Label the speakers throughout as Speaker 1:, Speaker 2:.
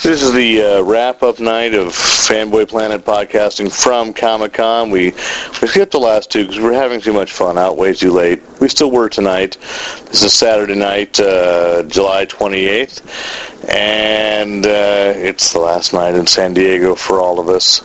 Speaker 1: This is the uh, wrap-up night of Fanboy Planet podcasting from Comic-Con. We we skipped the last two because we were having too much fun out way too late. We still were tonight. This is Saturday night, uh, July 28th, and uh, it's the last night in San Diego for all of us.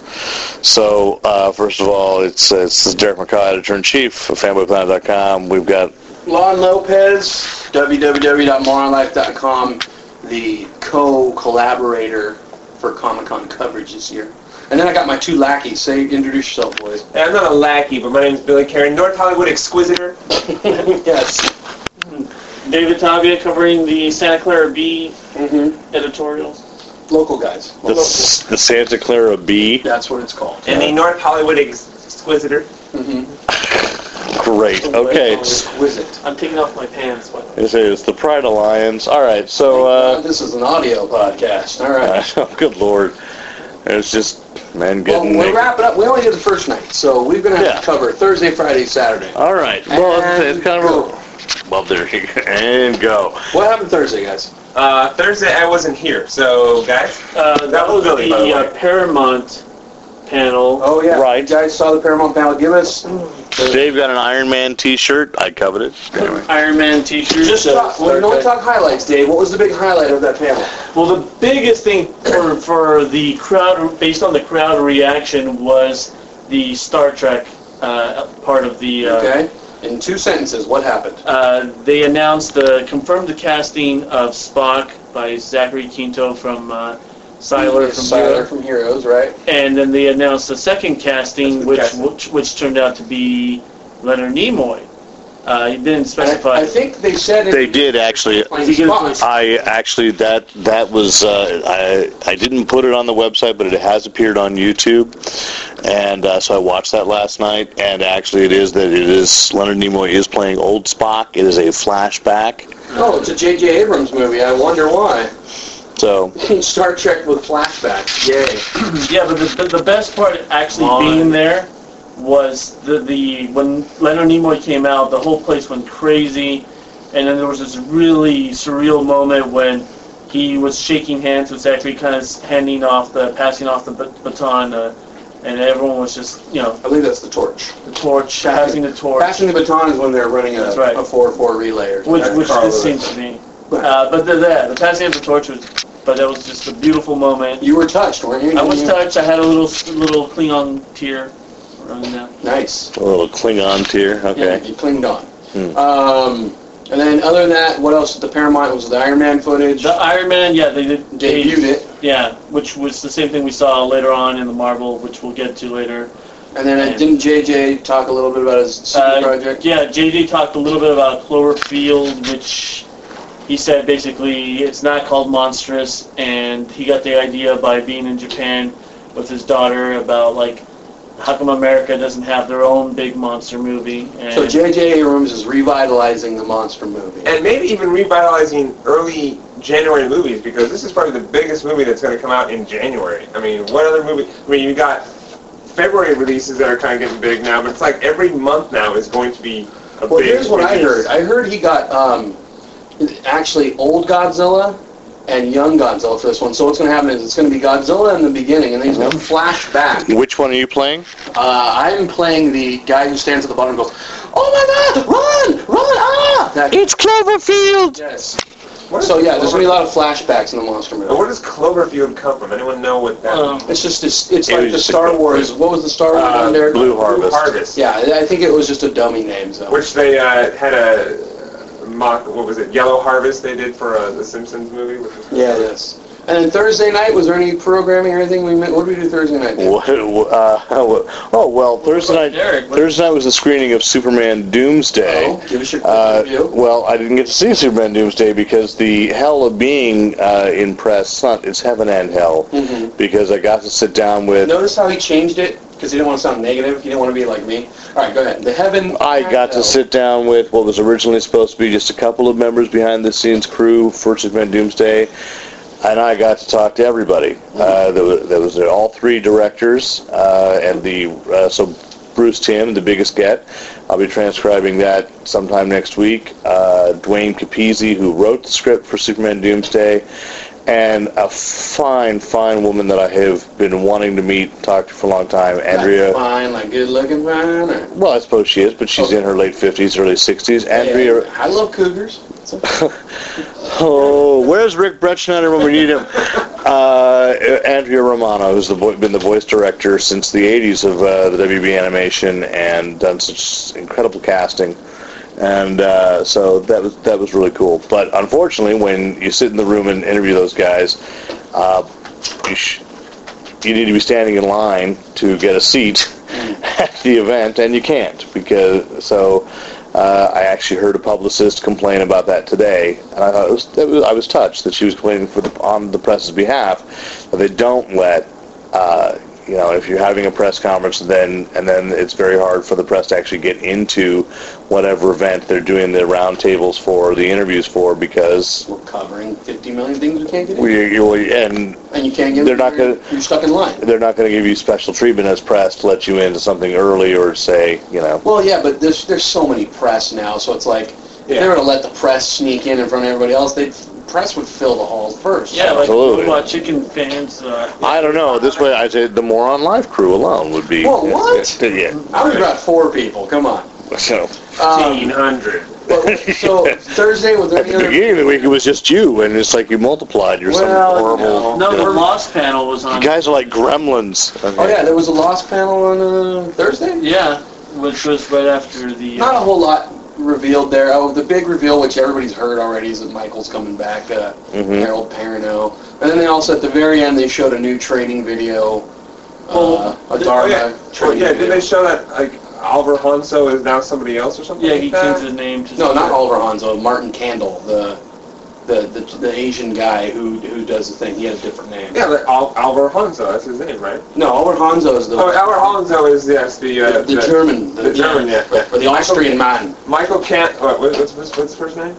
Speaker 1: So uh, first of all, it's uh, this is Derek McCoy, editor-in-chief of FanboyPlanet.com. We've got
Speaker 2: Lon Lopez, www.moronlife.com, the co-collaborator for Comic Con coverage this year. And then I got my two lackeys. Say, introduce yourself, boys.
Speaker 3: And I'm not a lackey, but my name is Billy Karen, North Hollywood Exquisitor.
Speaker 2: yes.
Speaker 4: David Tavia covering the Santa Clara Bee
Speaker 2: Mm-hmm.
Speaker 4: editorials.
Speaker 2: Local guys.
Speaker 1: the, S- the Santa Clara Bee.
Speaker 2: That's what it's called.
Speaker 3: And the North Hollywood Ex- Exquisitor.
Speaker 2: Mm-hmm.
Speaker 1: Great. Okay.
Speaker 2: Exquisite.
Speaker 4: I'm taking off my pants. By the way.
Speaker 1: It is the Pride Alliance. All right, so uh,
Speaker 2: this is an audio podcast. All right.
Speaker 1: oh, good lord, it's just man
Speaker 2: Well,
Speaker 1: getting
Speaker 2: we're
Speaker 1: naked.
Speaker 2: wrapping up. We only did the first night, so we're gonna have
Speaker 1: Yeah.
Speaker 2: to cover Thursday, Friday, Saturday.
Speaker 1: All right, well, it's,
Speaker 2: And
Speaker 1: it's kind of
Speaker 2: go.
Speaker 1: a, well there you go. and go.
Speaker 2: What happened Thursday, guys?
Speaker 3: Uh, Thursday, I wasn't here, so guys,
Speaker 4: Uh, that was
Speaker 3: Billy,
Speaker 4: the
Speaker 3: by the way.
Speaker 4: uh, Paramount panel.
Speaker 2: Oh yeah.
Speaker 1: Right.
Speaker 2: You guys saw the Paramount panel. Give us.
Speaker 1: Dave got an Iron Man T-shirt. I coveted. Anyway.
Speaker 4: Iron Man T-shirt.
Speaker 2: Just talk, well, don't talk highlights, Dave. What was the big highlight of that panel?
Speaker 4: Well, the biggest thing for, for the crowd, based on the crowd reaction, was the Star Trek uh, part of the. Uh,
Speaker 2: Okay. In two sentences, what happened?
Speaker 4: uh, they announced the confirmed the casting of Spock by Zachary Quinto from uh, Siler from
Speaker 2: Siler
Speaker 4: Europe.
Speaker 2: from Heroes, right?
Speaker 4: and then they announced the second casting,
Speaker 2: Second
Speaker 4: which,
Speaker 2: casting.
Speaker 4: which which turned out to be Leonard Nimoy. Uh, he didn't
Speaker 2: And
Speaker 4: specify.
Speaker 2: I, I think they said it.
Speaker 1: They did actually.
Speaker 2: playing
Speaker 4: Did you get
Speaker 2: Spock.
Speaker 4: a-
Speaker 1: I actually that that was uh, I I didn't put it on the website, but it has appeared on YouTube, and uh, so I watched that last night. And actually, it is that it is Leonard Nimoy is playing old Spock. It is a flashback.
Speaker 2: Oh, it's a J.J. Abrams movie. I wonder why.
Speaker 1: So
Speaker 2: Star Trek with flashbacks. Yay.
Speaker 4: Hmm. yeah, but the, the, the best part actually
Speaker 3: Come on.
Speaker 4: being there was the, the when Leonard Nimoy came out, the whole place went crazy, and then there was this really surreal moment when he was shaking hands with Zachary, kind of handing off the passing off the bat- baton, uh, and everyone was just you know
Speaker 2: I believe that's the torch.
Speaker 4: the torch, passing the torch.
Speaker 2: Passing the baton is when they're running a,
Speaker 4: That's right.
Speaker 2: a 4-4 relay. Or
Speaker 4: Which,
Speaker 2: something.
Speaker 4: which
Speaker 3: Carl
Speaker 4: this
Speaker 3: Lewis.
Speaker 4: seems to be. Uh, but the, the, the passing of the torch was, but that was just a beautiful moment.
Speaker 2: you were touched, weren't you?
Speaker 4: I was
Speaker 2: You-
Speaker 4: touched. I had a little little Klingon tear running down.
Speaker 2: Nice.
Speaker 1: a little Klingon tear.
Speaker 2: Yeah,
Speaker 1: Okay.
Speaker 2: you clinged on.
Speaker 1: Hmm.
Speaker 2: Um, and then other than that, what else at the Paramount was the Iron Man footage?
Speaker 4: The Iron Man, yeah, they did. they-
Speaker 2: debuted it.
Speaker 4: Yeah, which was the same thing we saw later on in the Marvel, which we'll get to later.
Speaker 2: And then uh, didn't JJ talk a little bit about his super
Speaker 4: Uh,
Speaker 2: project?
Speaker 4: Yeah, JD talked a little bit about Cloverfield, which he said basically it's not called monstrous, and he got the idea by being in Japan with his daughter about like how come America doesn't have their own big monster movie. And
Speaker 2: So JJ Abrams is revitalizing the monster movie.
Speaker 3: and maybe even revitalizing early January movies because this is probably the biggest movie that's going to come out in January. I mean, what other movie? I mean, you got February releases that are kind of getting big now, but it's like every month now is going to be a
Speaker 2: Well,
Speaker 3: big.
Speaker 2: here's what I heard.
Speaker 3: release.
Speaker 2: I heard he got um, actually old Godzilla and young Godzilla for this one. So what's going to happen is it's going to be Godzilla in the beginning, and then he's
Speaker 1: Uh-huh.
Speaker 2: going to flash back.
Speaker 1: Which one are you playing?
Speaker 2: Uh, I'm playing the guy who stands at the bottom and goes, "Oh my God, run, run, ah!" That,
Speaker 1: It's Cloverfield.
Speaker 2: yes.
Speaker 3: What is
Speaker 2: So yeah, there's going to be a
Speaker 3: Cloverfield-
Speaker 2: lot of flashbacks in the monster movie.
Speaker 3: And Where does Cloverfield come from? Anyone know what that?
Speaker 4: um,
Speaker 2: It's just this. It's
Speaker 1: It
Speaker 2: like
Speaker 1: was
Speaker 2: the
Speaker 1: just a
Speaker 2: Star
Speaker 1: good-
Speaker 2: Wars. What was the Star Wars
Speaker 3: Uh,
Speaker 2: one there?
Speaker 1: Blue Harvest.
Speaker 3: Harvest.
Speaker 2: Yeah, I think it was just a dummy name though.
Speaker 3: Which they uh, had a mock. What was it? Yellow Harvest they did for uh, the Simpsons movie. Which was
Speaker 2: yeah, yes. And then Thursday night, was there any programming or anything we met? What did we do Thursday night? Dave?
Speaker 1: What, uh, oh well, Thursday night.
Speaker 4: Derek, what-
Speaker 1: Thursday night was the screening of Superman Doomsday.
Speaker 2: Oh, give us your quick
Speaker 1: Uh,
Speaker 2: review.
Speaker 1: well, I didn't get to see Superman Doomsday because the hell of being uh, in press, not, it's heaven and hell,
Speaker 2: Mhm.
Speaker 1: because I got to sit down with.
Speaker 2: Notice how he changed it because he didn't want to sound negative. He didn't want to be like me. All right, go ahead. The heaven.
Speaker 1: I got to sit down with what was originally supposed to be just a couple of members behind the scenes crew for Superman Doomsday, and I got to talk to everybody. Uh, there, was, there was all three directors, uh, and the uh, so Bruce Tim, the biggest get. I'll be transcribing that sometime next week. Uh, Dwayne Capizzi, who wrote the script for Superman Doomsday, and a fine, fine woman that I have been wanting to meet, talk to for a long time, Andrea.
Speaker 2: Like fine, like good looking fine. Or,
Speaker 1: Well, I suppose she is, but she's
Speaker 2: Okay.
Speaker 1: in her late 50s, early 60s. Andrea.
Speaker 2: Yeah, I love cougars. It's okay.
Speaker 1: Oh, where's Rick Bretschneider when we need him? Uh, Andrea Romano, who's the vo- been the voice director since the 80s of uh, the WB Animation and done such incredible casting. And uh, so that was that was really cool. But unfortunately, when you sit in the room and interview those guys, uh, you, sh- you need to be standing in line to get a seat at the event, and you can't because so. Uh, I actually heard a publicist complain about that today, and I thought it was, that was, I was touched that she was complaining for the, on the press's behalf that they don't let. Uh, you know, if you're having a press conference, then and then it's very hard for the press to actually get into whatever event they're doing the roundtables for, the interviews for, because
Speaker 2: We're covering 50 million things we can't get in.
Speaker 1: we you, and
Speaker 2: and you can't get
Speaker 1: They're
Speaker 2: in.
Speaker 1: not
Speaker 2: You're-
Speaker 1: gonna-
Speaker 2: You're stuck in line.
Speaker 1: they're not going to give you special treatment as press to let you into something early or say, you know,
Speaker 2: Well, yeah, but there's there's so many press now, so it's like if they
Speaker 3: Yeah.
Speaker 2: were to let the press sneak in in front of everybody else. They press would fill the halls first.
Speaker 4: Yeah, like
Speaker 1: Absolutely.
Speaker 4: Omaha chicken fans. Uh,
Speaker 1: I don't know. This way, I say the Moron Live crew alone would be.
Speaker 2: Well, what?
Speaker 1: Yeah.
Speaker 2: I would have brought four people. Come on.
Speaker 1: So
Speaker 2: Um,
Speaker 3: 1500.
Speaker 2: but, so Thursday was there
Speaker 1: at
Speaker 2: any
Speaker 1: the
Speaker 2: other
Speaker 1: beginning of the week, it was just you, and it's like you multiplied. You're
Speaker 2: Well,
Speaker 1: some horrible.
Speaker 2: no.
Speaker 4: no, the
Speaker 1: you,
Speaker 4: Lost panel was on.
Speaker 1: guys are like gremlins.
Speaker 2: Oh yeah, there was a lost panel on uh, Thursday.
Speaker 4: Yeah, which was right after the.
Speaker 2: Not a whole lot revealed there. Oh, the big reveal, which everybody's heard already, is that Michael's coming back. Uh,
Speaker 3: Mm-hmm.
Speaker 1: Mhm.
Speaker 2: Harold Perrineau, and then they also at the very end they showed a new training video. Uh,
Speaker 4: Oh,
Speaker 2: a
Speaker 4: th-
Speaker 2: Dharma
Speaker 3: oh, yeah. Oh,
Speaker 2: training
Speaker 3: yeah, did
Speaker 2: video.
Speaker 3: they show that, like, Oliver Hanso is now somebody else or something
Speaker 4: yeah,
Speaker 3: like
Speaker 4: he
Speaker 3: that?
Speaker 4: changed his name to.
Speaker 2: No, not Oliver Hanzo. Martin Candle, the the, the the Asian guy who who does the thing. He had a different name.
Speaker 3: Yeah, like, Al- Alvar Hanso, that's his name, right?
Speaker 2: No, Oliver Hanzo is the
Speaker 3: Oh, Alvar Hanso is, yes, the... Uh,
Speaker 2: the, the German, the,
Speaker 3: The German, yeah. yeah.
Speaker 2: or the Austrian man.
Speaker 3: Michael Cant... What, what- what's, what's, what's his first name?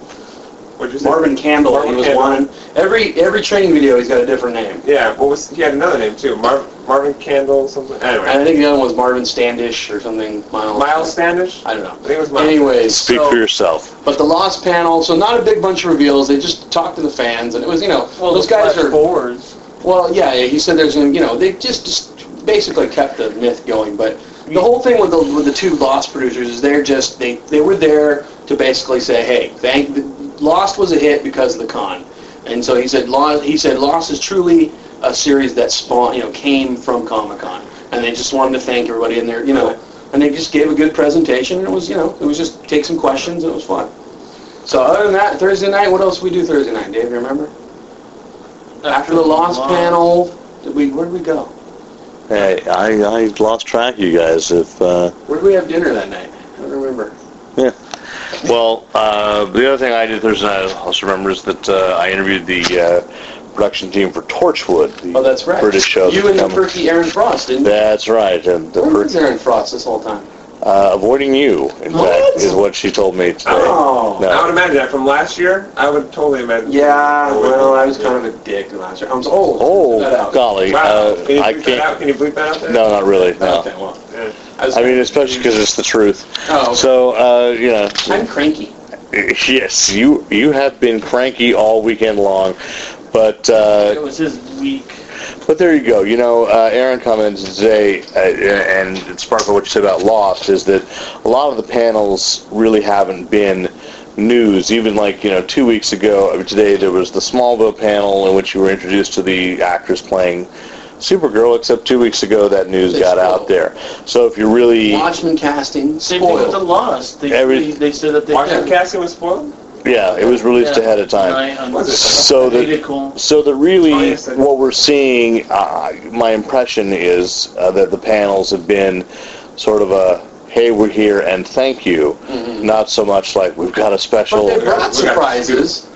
Speaker 3: What'd you say?
Speaker 2: Marvin Candle.
Speaker 3: Marvin
Speaker 2: he was
Speaker 3: Candle.
Speaker 2: one. Every every training video, he's got a different name.
Speaker 3: Yeah, what was... He had another name, too. Mar- Marvin Candle, something...
Speaker 2: And
Speaker 3: Anyway.
Speaker 2: I think the other one was Marvin Standish or something. Miles.
Speaker 3: Miles Standish?
Speaker 2: I don't know.
Speaker 3: I think it was Miles.
Speaker 2: Anyways,
Speaker 1: Speak
Speaker 2: so-
Speaker 1: for yourself.
Speaker 2: but the Lost panel, so not a big bunch of reveals. They just talked to the fans, and it was, you know,
Speaker 4: Well,
Speaker 2: those
Speaker 4: the
Speaker 2: guys
Speaker 4: Flash
Speaker 2: are.
Speaker 4: Forwards.
Speaker 2: Well, yeah, yeah, he said there's, gonna- you know, they just, just basically kept the myth going. But the whole thing with the with the two Lost producers is they're just they they were there to basically say, hey, thank Lost was a hit because of the con, and so he said Lost he said Lost is truly a series that spawned, you know, came from Comic Con, and they just wanted to thank everybody in there, you know, and they just gave a good presentation. And it was, you know, it was just take some questions. And it was fun. So other than that, Thursday night, what else we do Thursday night, Dave? You remember? After the Lost panel, did we, where did we go?
Speaker 1: Hey, I, I lost track, of you guys. If uh,
Speaker 2: Where did we have dinner that night? I don't remember.
Speaker 1: Well, uh, the other thing I did Thursday night, I also remember, is that uh, I interviewed the uh, production team for Torchwood, the
Speaker 2: Oh, that's right.
Speaker 1: British show.
Speaker 2: You
Speaker 1: that's
Speaker 2: and the
Speaker 1: coming.
Speaker 2: turkey Aaron Frost, didn't you?
Speaker 1: That's right, and the
Speaker 2: Where was
Speaker 1: per-
Speaker 2: Aaron Frost this whole time?
Speaker 1: uh, avoiding you, in
Speaker 2: What?
Speaker 1: fact, is what she told me today.
Speaker 2: Oh.
Speaker 1: No.
Speaker 3: I would imagine that. From last year, I would totally imagine...
Speaker 2: Yeah, well, I was kind of a dick last year. I was old. Cut
Speaker 1: Oh
Speaker 2: out.
Speaker 1: golly,
Speaker 3: Wow.
Speaker 1: uh,
Speaker 3: Can you
Speaker 1: I
Speaker 3: bleep that out?
Speaker 1: can't.
Speaker 3: Can you bleep that out there?
Speaker 1: No, not really. No,
Speaker 2: Okay, well.
Speaker 3: Yeah.
Speaker 2: I, was
Speaker 1: I mean especially because it's the truth.
Speaker 2: Oh, okay.
Speaker 1: So uh, you know,
Speaker 2: I'm cranky.
Speaker 1: yes, you you have been cranky all weekend long, but uh,
Speaker 4: It was his week.
Speaker 1: But there you go. You know, uh, Aaron Cummins today, uh, and it sparked by what you said about Lost, is that a lot of the panels really haven't been news. Even like, you know, two weeks ago, I mean, today there was the Smallville panel in which you were introduced to the actress playing Supergirl, except two weeks ago that news
Speaker 2: They
Speaker 1: got out
Speaker 2: spoiled.
Speaker 1: there. So if you really,
Speaker 2: Watchmen casting,
Speaker 4: Same thing with the
Speaker 2: spoiled.
Speaker 4: Lost. They,
Speaker 1: Every-
Speaker 4: they, they said that they.
Speaker 3: Washington Casting was spoiled?
Speaker 1: yeah, it was released ahead of time.
Speaker 3: Was it?
Speaker 1: So that
Speaker 4: Political.
Speaker 1: So that really,
Speaker 3: Oh, yes, I-
Speaker 1: what we're seeing, uh, my impression is uh, that the panels have been sort of a "Hey, we're here and thank you," not so much like we've got a
Speaker 2: But
Speaker 1: special.
Speaker 2: they brought surprises,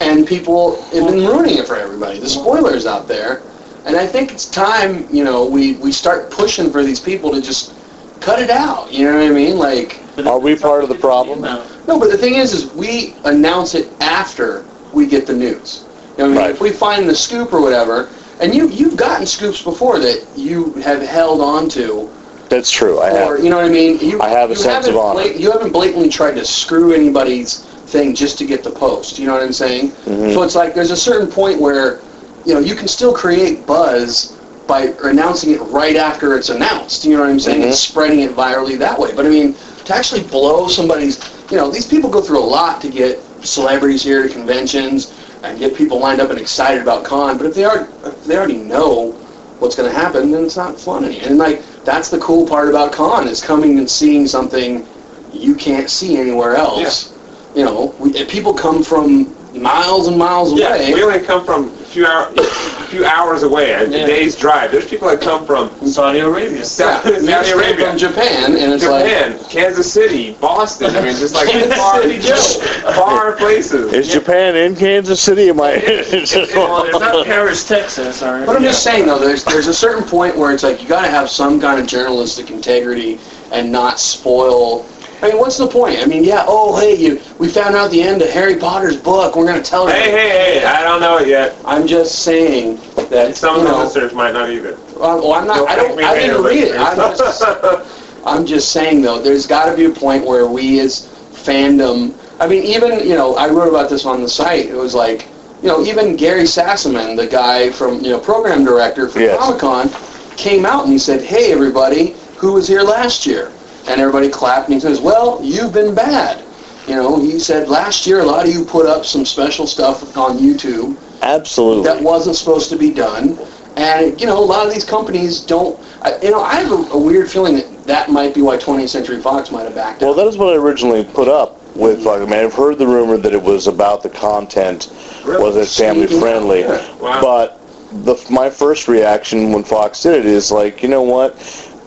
Speaker 2: and people have been ruining it for everybody. The spoilers out there, and I think it's time you know we we start pushing for these people to just cut it out. You know what I mean? Like
Speaker 4: But
Speaker 1: Are we
Speaker 4: that's how
Speaker 1: part of
Speaker 4: they
Speaker 1: the
Speaker 4: get
Speaker 1: problem?
Speaker 4: now.
Speaker 2: no, but the thing is, is we announce it after we get the news. You know what I mean?
Speaker 1: Right.
Speaker 2: If we find the scoop or whatever, and you you've gotten scoops before that you have held on to.
Speaker 1: That's true. I
Speaker 2: Or
Speaker 1: have.
Speaker 2: you know what I mean? You,
Speaker 1: I have a
Speaker 2: you
Speaker 1: sense of
Speaker 2: haven't
Speaker 1: honor.
Speaker 2: blat- you haven't blatantly tried to screw anybody's thing just to get the post. You know what I'm saying? So it's like there's a certain point where, you know, you can still create buzz by announcing it right after it's announced. You know what I'm saying? And spreading it virally that way. But I mean, to actually blow somebody's, you know, these people go through a lot to get celebrities here to conventions and get people lined up and excited about con. But if they are, if they already know what's going to happen, then it's not fun anymore. And like that's the cool part about con is coming and seeing something you can't see anywhere else. You know, we, and people come from miles and miles
Speaker 3: Yeah,
Speaker 2: away.
Speaker 3: we only come from a few, hour, a few hours away, a
Speaker 4: Yeah.
Speaker 3: day's drive. There's people that come from
Speaker 4: Saudi Arabia.
Speaker 2: Yeah,
Speaker 3: South,
Speaker 2: you
Speaker 3: Saudi
Speaker 2: just came
Speaker 3: Arabia,
Speaker 2: from Japan, and it's like
Speaker 3: Japan, Kansas City, Boston. I mean, just like
Speaker 2: Kansas
Speaker 3: far,
Speaker 2: City, Joe.
Speaker 3: far places.
Speaker 1: Is Japan in Kansas City? Am I? It's just-
Speaker 4: Well, it's not Paris, Texas, all right?
Speaker 2: But I'm just saying though, there's there's a certain point where it's like you got to have some kind of journalistic integrity and not spoil. I mean, what's the point? I mean, yeah, oh hey, you we found out the end of Harry Potter's book. We're gonna tell her.
Speaker 3: Hey, hey, hey! I don't know it yet.
Speaker 2: I'm just saying that
Speaker 3: Some
Speaker 2: you
Speaker 3: of the
Speaker 2: know.
Speaker 3: listeners might not either.
Speaker 2: Well, well, I'm not. I
Speaker 3: hate
Speaker 2: don't.
Speaker 3: me
Speaker 2: I didn't
Speaker 3: later,
Speaker 2: read it. I'm
Speaker 3: listeners.
Speaker 2: just, I'm just saying though, there's got to be a point where we as fandom. I mean, even you know, I wrote about this on the site. It was like, you know, even Gary Sassaman, the guy from you know, program director for
Speaker 1: Yes.
Speaker 2: Comic Con, came out and he said, "Hey, everybody, who was here last year?" And everybody clapped and he says, "Well, you've been bad." You know, he said last year a lot of you put up some special stuff on YouTube that
Speaker 1: Absolutely.
Speaker 2: wasn't supposed to be done. And you know, a lot of these companies don't. I, you know, I have a, a weird feeling that that might be why 20th Century Fox might have backed
Speaker 1: Well,
Speaker 2: out.
Speaker 1: that is what I originally put up with. Like, I mean, I've heard the rumor that it was about the content, was it family friendly?
Speaker 3: Wow.
Speaker 1: But the my first reaction when Fox did it is like, you know what?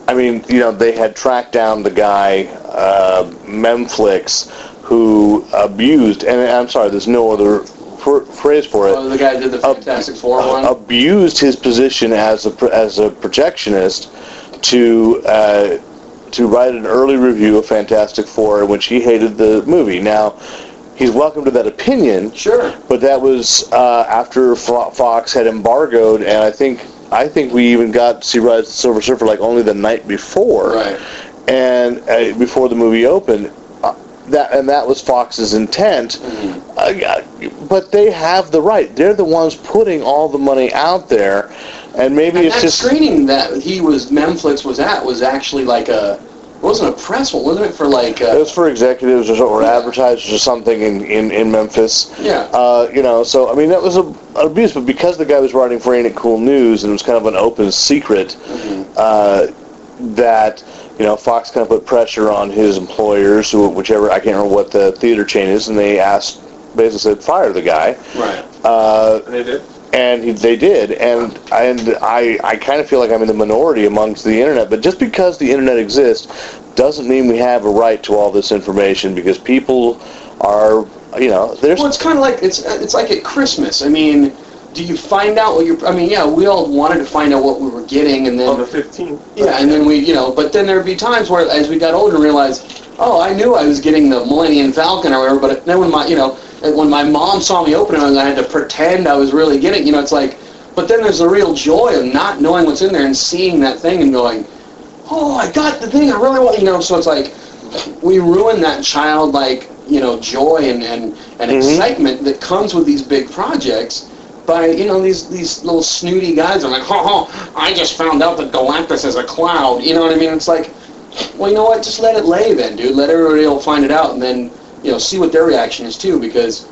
Speaker 1: I mean, you know, they had tracked down the guy uh, Memflix who abused, and I'm sorry, there's no other phr- phrase for it
Speaker 2: Uh, the guy that did the Fantastic Four one.
Speaker 1: abused his position as a pr- as a projectionist to uh, to write an early review of Fantastic Four in which he hated the movie. Now, he's welcome to that opinion,
Speaker 2: sure.
Speaker 1: but that was uh, after Fo- Fox had embargoed, and I think I think we even got to see Rise of the Silver Surfer like only the night before
Speaker 2: Right.
Speaker 1: and uh, before the movie opened, uh, that and that was Fox's intent. Uh, but they have the right; they're the ones putting all the money out there, and maybe
Speaker 2: And
Speaker 1: it's
Speaker 2: that
Speaker 1: just
Speaker 2: screening that he was Memflix was at was actually like a it wasn't a press one, wasn't it? For like
Speaker 1: it
Speaker 2: uh
Speaker 1: was for executives or, or advertisers or something in in, in Memphis.
Speaker 2: yeah.
Speaker 1: Uh, you know, so I mean that was a, an abuse, but because the guy was writing for Ain't It Cool News and it was kind of an open secret uh, that you know Fox kind of put pressure on his employers, who whichever I can't remember what the theater chain is, and they asked basically said fire the guy,
Speaker 2: right.
Speaker 1: uh,
Speaker 3: They did.
Speaker 1: and he, they did, and and I I kind of feel like I'm in the minority amongst the internet, but just because the internet exists doesn't mean we have a right to all this information because people are you know there's
Speaker 2: Well, it's kind of like it's it's like at Christmas. I mean, do you find out what you're? I mean, yeah, we all wanted to find out what we were getting, and then
Speaker 3: On the 15th.
Speaker 2: Yeah, and then we, you know, but then there'd be times where, as we got older, realized, oh, I knew I was getting the Millennium Falcon or whatever. But then when my, you know, when my mom saw me open it, I had to pretend I was really getting, you know, it's like, but then there's the real joy of not knowing what's in there and seeing that thing and going, oh, I got the thing I really want, you know. So it's like, we ruin that childlike, you know, joy and and, and excitement that comes with these big projects by you know these these little snooty guys. are like, ho ho, I just found out that Galactus is a cloud. You know what I mean? It's like, well, you know what? Just let it lay then, dude. Let everybody else find it out, and then you know see what their reaction is too, because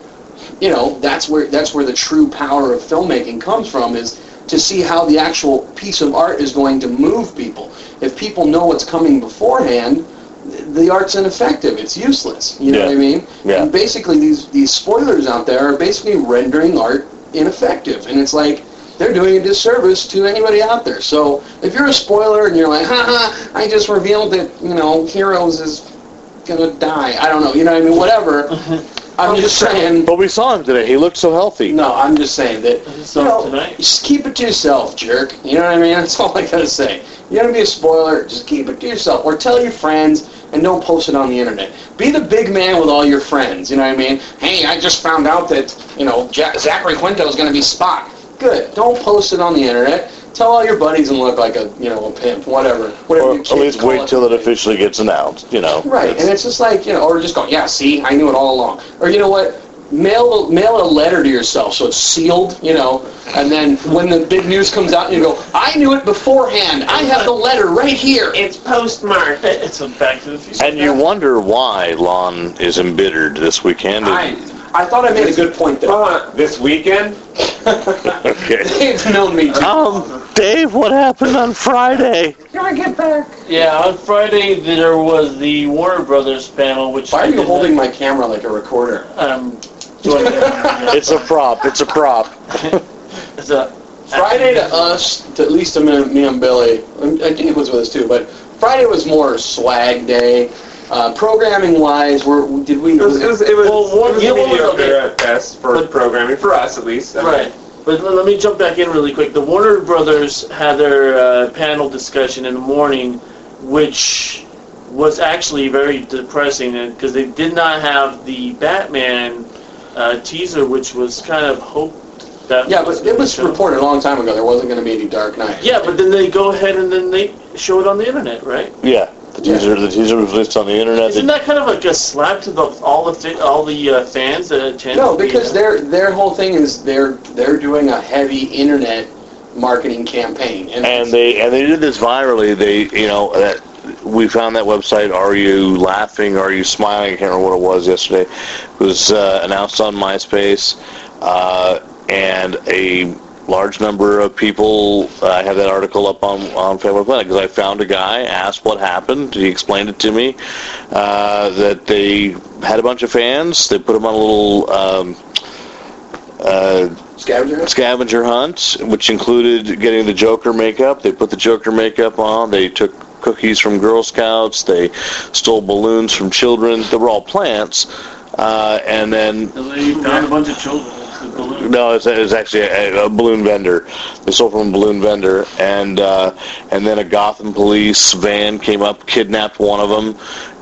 Speaker 2: you know that's where that's where the true power of filmmaking comes from is to see how the actual piece of art is going to move people. If people know what's coming beforehand, th- the art's ineffective. It's useless. You know
Speaker 1: Yeah.
Speaker 2: what I mean?
Speaker 1: Yeah.
Speaker 2: And basically, these these spoilers out there are basically rendering art ineffective, and it's like they're doing a disservice to anybody out there. So if you're a spoiler and you're like, "Ha ha, I just revealed that you know Heroes is gonna die," I don't know, you know what I mean? Whatever. Mm-hmm. I'm just saying.
Speaker 1: But we saw him today. He looked so healthy.
Speaker 2: No, I'm just saying that.
Speaker 4: So
Speaker 2: you know,
Speaker 4: tonight?
Speaker 2: just keep it to yourself, jerk. You know what I mean? That's all I gotta say. You're gonna be a spoiler. Just keep it to yourself, or tell your friends and don't post it on the internet. Be the big man with all your friends. You know what I mean? Hey, I just found out that you know ja- Zachary Quinto is gonna be Spock. Good. Don't post it on the internet. Tell all your buddies and look like a you know a pimp, whatever. Whatever
Speaker 1: Or
Speaker 2: your
Speaker 1: at
Speaker 2: kids
Speaker 1: least
Speaker 2: call
Speaker 1: wait till it officially gets announced, you know.
Speaker 2: Right, and it's just like you know, or just going, yeah, see, I knew it all along. Or you know what, mail mail a letter to yourself so it's sealed, you know, and then when the big news comes out, you go, I knew it beforehand. I have the letter right here.
Speaker 3: It's postmarked.
Speaker 4: It's a Back to the Future.
Speaker 1: And you wonder why Lon is embittered this weekend.
Speaker 3: I,
Speaker 2: I thought I made a good point there.
Speaker 3: uh, this weekend?
Speaker 1: okay.
Speaker 2: They've known me. Too.
Speaker 1: Um, Dave, what happened on Friday?
Speaker 4: Yeah, on Friday there was the Warner Brothers panel, which
Speaker 2: Why are
Speaker 4: I
Speaker 2: you
Speaker 4: did
Speaker 2: holding my camera like a recorder?
Speaker 4: not- Um, doing it.
Speaker 1: It's a prop. It's a prop.
Speaker 4: It's a
Speaker 2: Friday to us, to at least to me, me and Billy, and Dave was with us too, but Friday was more swag day. Uh, programming wise, were did we?
Speaker 3: It was, it was, it was,
Speaker 4: Well, what-
Speaker 3: it was
Speaker 4: you know what was-
Speaker 3: mediocre at best for
Speaker 4: But-
Speaker 3: programming, for us at least. I mean,
Speaker 4: Right. But l- let me jump back in really quick. The Warner Brothers had their uh, panel discussion in the morning, which was actually very depressing because they did not have the Batman uh, teaser, which was kind of hoped that.
Speaker 2: Yeah, but it was
Speaker 4: gonna show.
Speaker 2: reported a long time ago. There wasn't going to be any Dark Knight.
Speaker 4: Yeah, but then they go ahead and then they show it on the internet, right?
Speaker 1: Yeah. The
Speaker 2: Yeah.
Speaker 1: teaser. The teaser was released on the internet.
Speaker 4: Isn't that kind of like a slap to the all the fa- all the uh, fans that attend?
Speaker 2: No, because their their whole thing is they're they're doing a heavy internet marketing campaign, and,
Speaker 1: and they and they did this virally. They you know that we found that website. Are you laughing? Are you smiling? I can't remember what it was yesterday. It was uh, announced on MySpace, uh, and a large number of people. Uh, I have that article up on on Family Planet because I found a guy, asked what happened. He explained it to me uh, that they had a bunch of fans. They put them on a little. Um, uh,
Speaker 2: scavenger. hunt.
Speaker 1: scavenger hunt, which included getting the Joker makeup. They put the Joker makeup on. They took cookies from Girl Scouts. They stole balloons from children. They were all plants. Uh, and then
Speaker 4: they found a bunch of children. with balloons.
Speaker 1: no, it's, it's actually a, a balloon vendor. They stole from a balloon vendor, and uh, and then a Gotham police van came up, kidnapped one of them,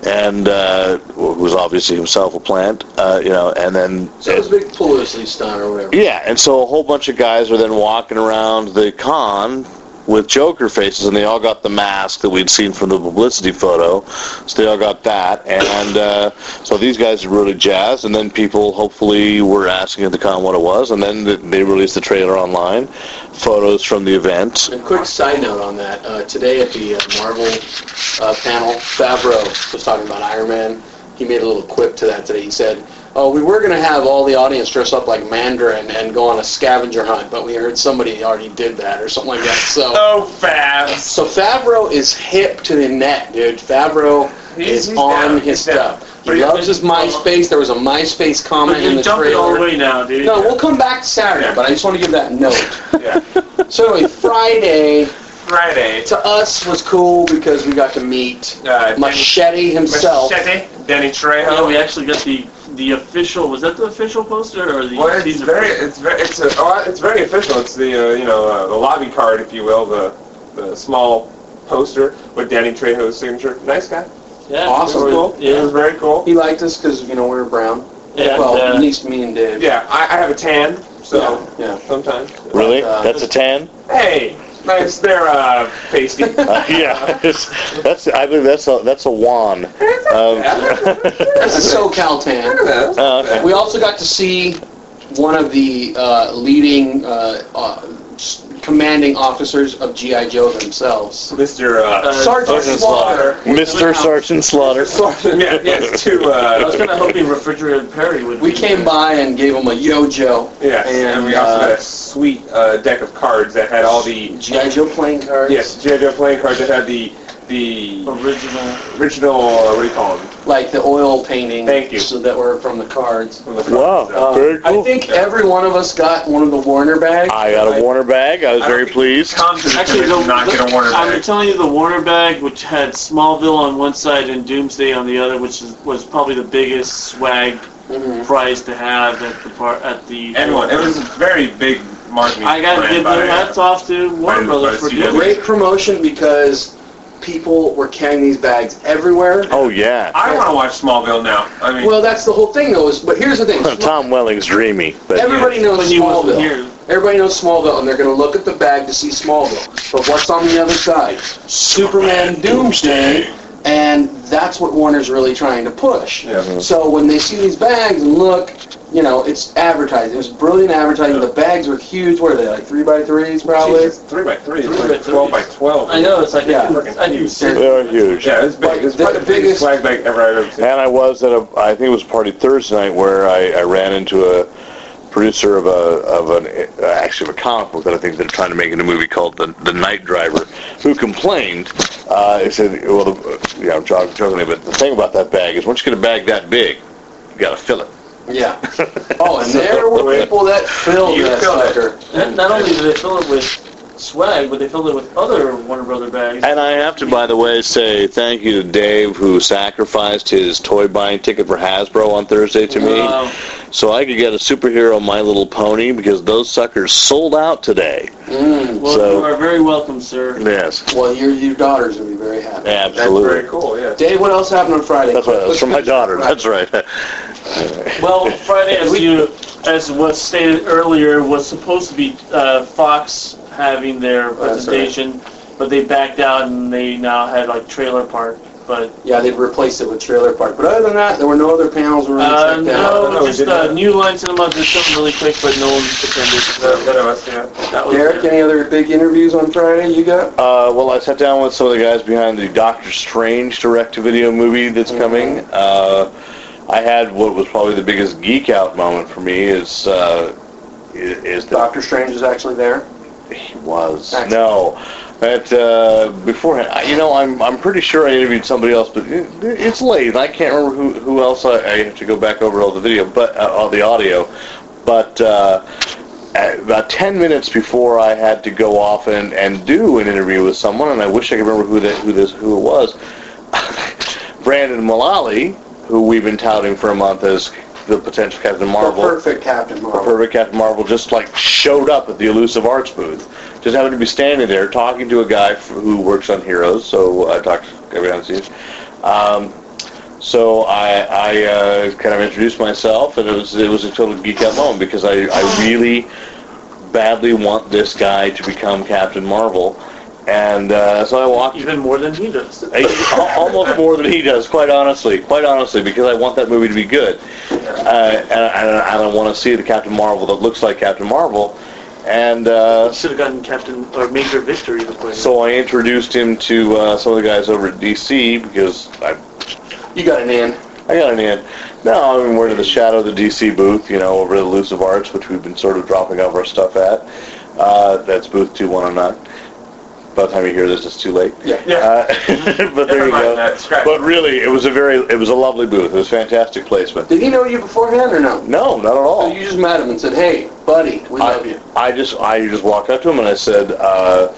Speaker 1: and uh, who was obviously himself a plant. Uh, you know, and then
Speaker 2: So it was a big publicity stunt or whatever.
Speaker 1: yeah, and so a whole bunch of guys were then walking around the con with Joker faces, and they all got the mask that we'd seen from the publicity photo. So they all got that, and uh, so these guys were really jazzed. And then people hopefully were asking at the con what it was, and then th- they released the trailer online, photos from the event.
Speaker 2: A quick side note on that. Uh, today at the uh, Marvel uh, panel, Favreau was talking about Iron Man. He made a little quip to that today. He said, "Oh, we were going to have all the audience dress up like Mandarin and go on a scavenger hunt, but we heard somebody already did that or something like that." So.
Speaker 3: Oh, Fabs.
Speaker 2: So Favreau is hip to the net, dude. Favreau
Speaker 3: He's-
Speaker 2: is
Speaker 3: he's
Speaker 2: on
Speaker 3: down,
Speaker 2: his
Speaker 3: he's down.
Speaker 2: stuff.
Speaker 3: But
Speaker 2: He
Speaker 3: he-
Speaker 2: loves his MySpace. There was a MySpace comment
Speaker 4: But
Speaker 2: in
Speaker 4: you
Speaker 2: the
Speaker 4: dump it all
Speaker 2: trailer.
Speaker 4: away now, dude.
Speaker 2: No, we'll come back Saturday,
Speaker 3: Yeah.
Speaker 2: but I just want to give that note.
Speaker 3: Yeah.
Speaker 2: so anyway, Friday
Speaker 3: Friday.
Speaker 2: to us was cool because we got to meet
Speaker 3: Uh,
Speaker 2: Machete himself.
Speaker 3: Machete, Danny Trejo.
Speaker 4: Oh, Yeah, we actually got the the official. Was that the official poster or the?
Speaker 3: Well, it's
Speaker 4: teaser
Speaker 3: very,
Speaker 4: poster?
Speaker 3: it's very, it's a, oh, it's very official. It's the uh, you know uh, the lobby card, if you will, the the small poster with Danny Trejo's signature. Nice guy.
Speaker 4: Yeah,
Speaker 2: awesome.
Speaker 3: It was cool. It was
Speaker 4: Yeah,
Speaker 3: very cool.
Speaker 2: He liked us because you know we were brown.
Speaker 4: Yeah,
Speaker 2: well,
Speaker 4: and, uh,
Speaker 2: at least me and Dave.
Speaker 3: Yeah, I, I have a tan, so
Speaker 2: yeah.
Speaker 3: sometimes.
Speaker 1: Really?
Speaker 2: Uh,
Speaker 1: That's a ten.
Speaker 3: Hey, nice there, uh, pasty.
Speaker 1: Uh, yeah, it's- that's I believe that's a that's a wand. Um,
Speaker 2: That's a SoCal tan.
Speaker 1: Oh, okay.
Speaker 2: We also got to see one of the uh, leading uh, uh, s- commanding officers of GI Joe themselves,
Speaker 3: Mr. Uh,
Speaker 2: Sergeant
Speaker 1: Sergeant
Speaker 2: Slaughter.
Speaker 1: Mr. Sergeant Slaughter.
Speaker 3: yeah, yes, to
Speaker 4: I was
Speaker 3: uh,
Speaker 4: kind of hoping Refrigerated Perry would.
Speaker 2: We
Speaker 4: be
Speaker 2: came
Speaker 4: there.
Speaker 2: by and gave him a yo Joe
Speaker 3: yes, and we also
Speaker 2: uh,
Speaker 3: had a sweet uh, deck of cards that had all the
Speaker 2: GI Joe playing cards.
Speaker 3: yes, G.I. Joe playing cards that had the the
Speaker 4: original.
Speaker 3: original uh, what do you call them?
Speaker 2: like the oil paintings
Speaker 3: Thank you.
Speaker 2: So that were from the cards.
Speaker 3: From the front, so.
Speaker 1: Wow,
Speaker 2: Uh,
Speaker 1: very
Speaker 2: I
Speaker 1: cool. Uh,
Speaker 2: think every one of us got one of the Warner bags.
Speaker 1: I got a Warner bag. I was
Speaker 3: I
Speaker 1: very
Speaker 3: don't-
Speaker 1: pleased.
Speaker 3: Tom's
Speaker 4: Actually, the,
Speaker 3: not
Speaker 4: the-
Speaker 3: going to Warner
Speaker 4: I'm
Speaker 3: back.
Speaker 4: telling you, the Warner bag, which had Smallville on one side and Doomsday on the other, which is, was probably the biggest swag
Speaker 2: Mhm.
Speaker 4: prize to have at the par- at the.
Speaker 3: Everyone, it was a very big marketing.
Speaker 4: I gotta
Speaker 3: plan
Speaker 4: give
Speaker 3: by,
Speaker 4: their
Speaker 3: uh,
Speaker 4: hats off to Warner
Speaker 3: by- by
Speaker 4: Brothers for
Speaker 3: CW.
Speaker 4: doing it.
Speaker 2: Great promotion because people were carrying these bags everywhere.
Speaker 1: Oh yeah,
Speaker 3: I want to watch Smallville now. I mean,
Speaker 2: Well, that's the whole thing, though. Is but here's the thing.
Speaker 1: Tom Welling's dreamy, but
Speaker 2: Everybody knows
Speaker 4: When he wasn't
Speaker 2: Smallville.
Speaker 4: here.
Speaker 2: Everybody knows Smallville, and they're going to look at the bag to see Smallville. But what's on the other side? Superman Doomsday. And that's what Warner's really trying to push.
Speaker 3: Yeah.
Speaker 2: So when they see these bags and look, you know, it's advertising. It was brilliant advertising. The bags were huge. What are they, like three by threes probably?
Speaker 3: Jesus, three by three,
Speaker 4: Three
Speaker 3: it's
Speaker 4: by
Speaker 3: like twelve by
Speaker 4: three.
Speaker 3: twelve.
Speaker 4: I know, it's like,
Speaker 2: Yeah.
Speaker 4: I can- I do
Speaker 1: They are huge.
Speaker 3: Yeah, it's big. It's
Speaker 2: They're
Speaker 3: probably
Speaker 2: the
Speaker 3: the biggest
Speaker 2: biggest-
Speaker 3: swag bag ever I've ever seen.
Speaker 1: And I was at a, I think it was a party Thursday night where I, I ran into a producer of a, of an, actually of a comic book that I think they're trying to make into a movie called The, the Night Driver, who complained, uh, he said, well, the, yeah, I'm joking, jokingly, but the thing about that bag is once you get a bag that big, you gotta fill it.
Speaker 2: Yeah. Oh, and there were people that filled
Speaker 3: You
Speaker 2: that
Speaker 3: filled it.
Speaker 2: sucker.
Speaker 4: And not only do they fill it with swag, but they fill it with other Warner Brother bags.
Speaker 1: And I have to, by the way, say thank you to Dave who sacrificed his toy buying ticket for Hasbro on Thursday to me.
Speaker 4: Wow.
Speaker 1: So I could get a superhero My Little Pony because those suckers sold out today.
Speaker 2: Mm.
Speaker 4: well,
Speaker 1: So-
Speaker 4: you are very welcome, sir.
Speaker 1: Yes.
Speaker 2: Well, your your daughter's gonna be very happy.
Speaker 3: That's
Speaker 1: Absolutely.
Speaker 3: very cool, yeah.
Speaker 2: Dave, what else happened on Friday?
Speaker 1: That's right. That's from my daughter.
Speaker 2: Right.
Speaker 1: That's right.
Speaker 4: Well, Friday, as you, as was stated earlier, was supposed to be uh, Fox having their
Speaker 2: right.
Speaker 4: presentation, but they backed out and they now had like Trailer Park. But
Speaker 2: Yeah, they've replaced it with Trailer Park. But other than that, there were no other panels we were
Speaker 4: uh,
Speaker 2: gonna check out.
Speaker 3: no,
Speaker 4: no,
Speaker 3: we
Speaker 4: just
Speaker 3: did
Speaker 4: uh,
Speaker 3: not.
Speaker 4: New Line Cinema did something really quick, but no one attended.
Speaker 3: None
Speaker 4: So
Speaker 3: none of us, yeah.
Speaker 4: that was
Speaker 2: Derek,
Speaker 4: it.
Speaker 2: any other big interviews on Friday you got?
Speaker 1: Uh, well, I sat down with some of the guys behind the Doctor Strange direct-to-video movie that's coming. Uh, I had what was probably the biggest geek-out moment for me is uh, i- is that
Speaker 2: Doctor Strange is actually there.
Speaker 1: he was
Speaker 2: Excellent.
Speaker 1: no. But uh, beforehand, I- you know, I'm I'm pretty sure I interviewed somebody else, but it, it's late. and I can't remember who, who else. I, I have to go back over all the video, but uh, all the audio. But uh, at about 10 minutes before I had to go off and, and do an interview with someone, and I wish I could remember who that who this who it was. Brandon Mullally, who we've been touting for a month as the potential Captain Marvel
Speaker 2: The perfect Captain
Speaker 1: the
Speaker 2: Marvel.
Speaker 1: perfect Captain Marvel just like showed up at the Elusive Arts booth. Just happened to be standing there talking to a guy f- who works on Heroes, so uh, Dr. Gabriel Seas. Um, so I, I uh, kind of introduced myself, and it was it was a total geek out moment because I, I really badly want this guy to become Captain Marvel, and uh, so I walked
Speaker 4: Even more than he does.
Speaker 1: I- almost more than he does, quite honestly, quite honestly, because I want that movie to be good, uh, and, and, and I want to see the Captain Marvel that looks like Captain Marvel, and uh,
Speaker 4: Should have gotten Captain or Major Victory to play.
Speaker 1: so I introduced him to uh, some of the guys over at DC because I
Speaker 2: You got an in.
Speaker 1: I got an in. No, I mean, we're in the shadow of the DC booth, you know, over at Elusive Arts, which we've been sort of dropping off our stuff at. Uh, that's booth 2109. By the time you hear this, it's too late.
Speaker 2: Yeah.
Speaker 1: Uh, but there
Speaker 3: Never
Speaker 1: you
Speaker 3: mind
Speaker 1: go.
Speaker 3: that, scratch.
Speaker 1: But really, it was a very, it was a lovely booth. It was fantastic placement.
Speaker 2: Did he know you beforehand or no?
Speaker 1: No, not at all.
Speaker 2: So you just met him and said, "Hey, buddy, we love you."
Speaker 1: Oh. I, I just I just walked up to him and I said, uh,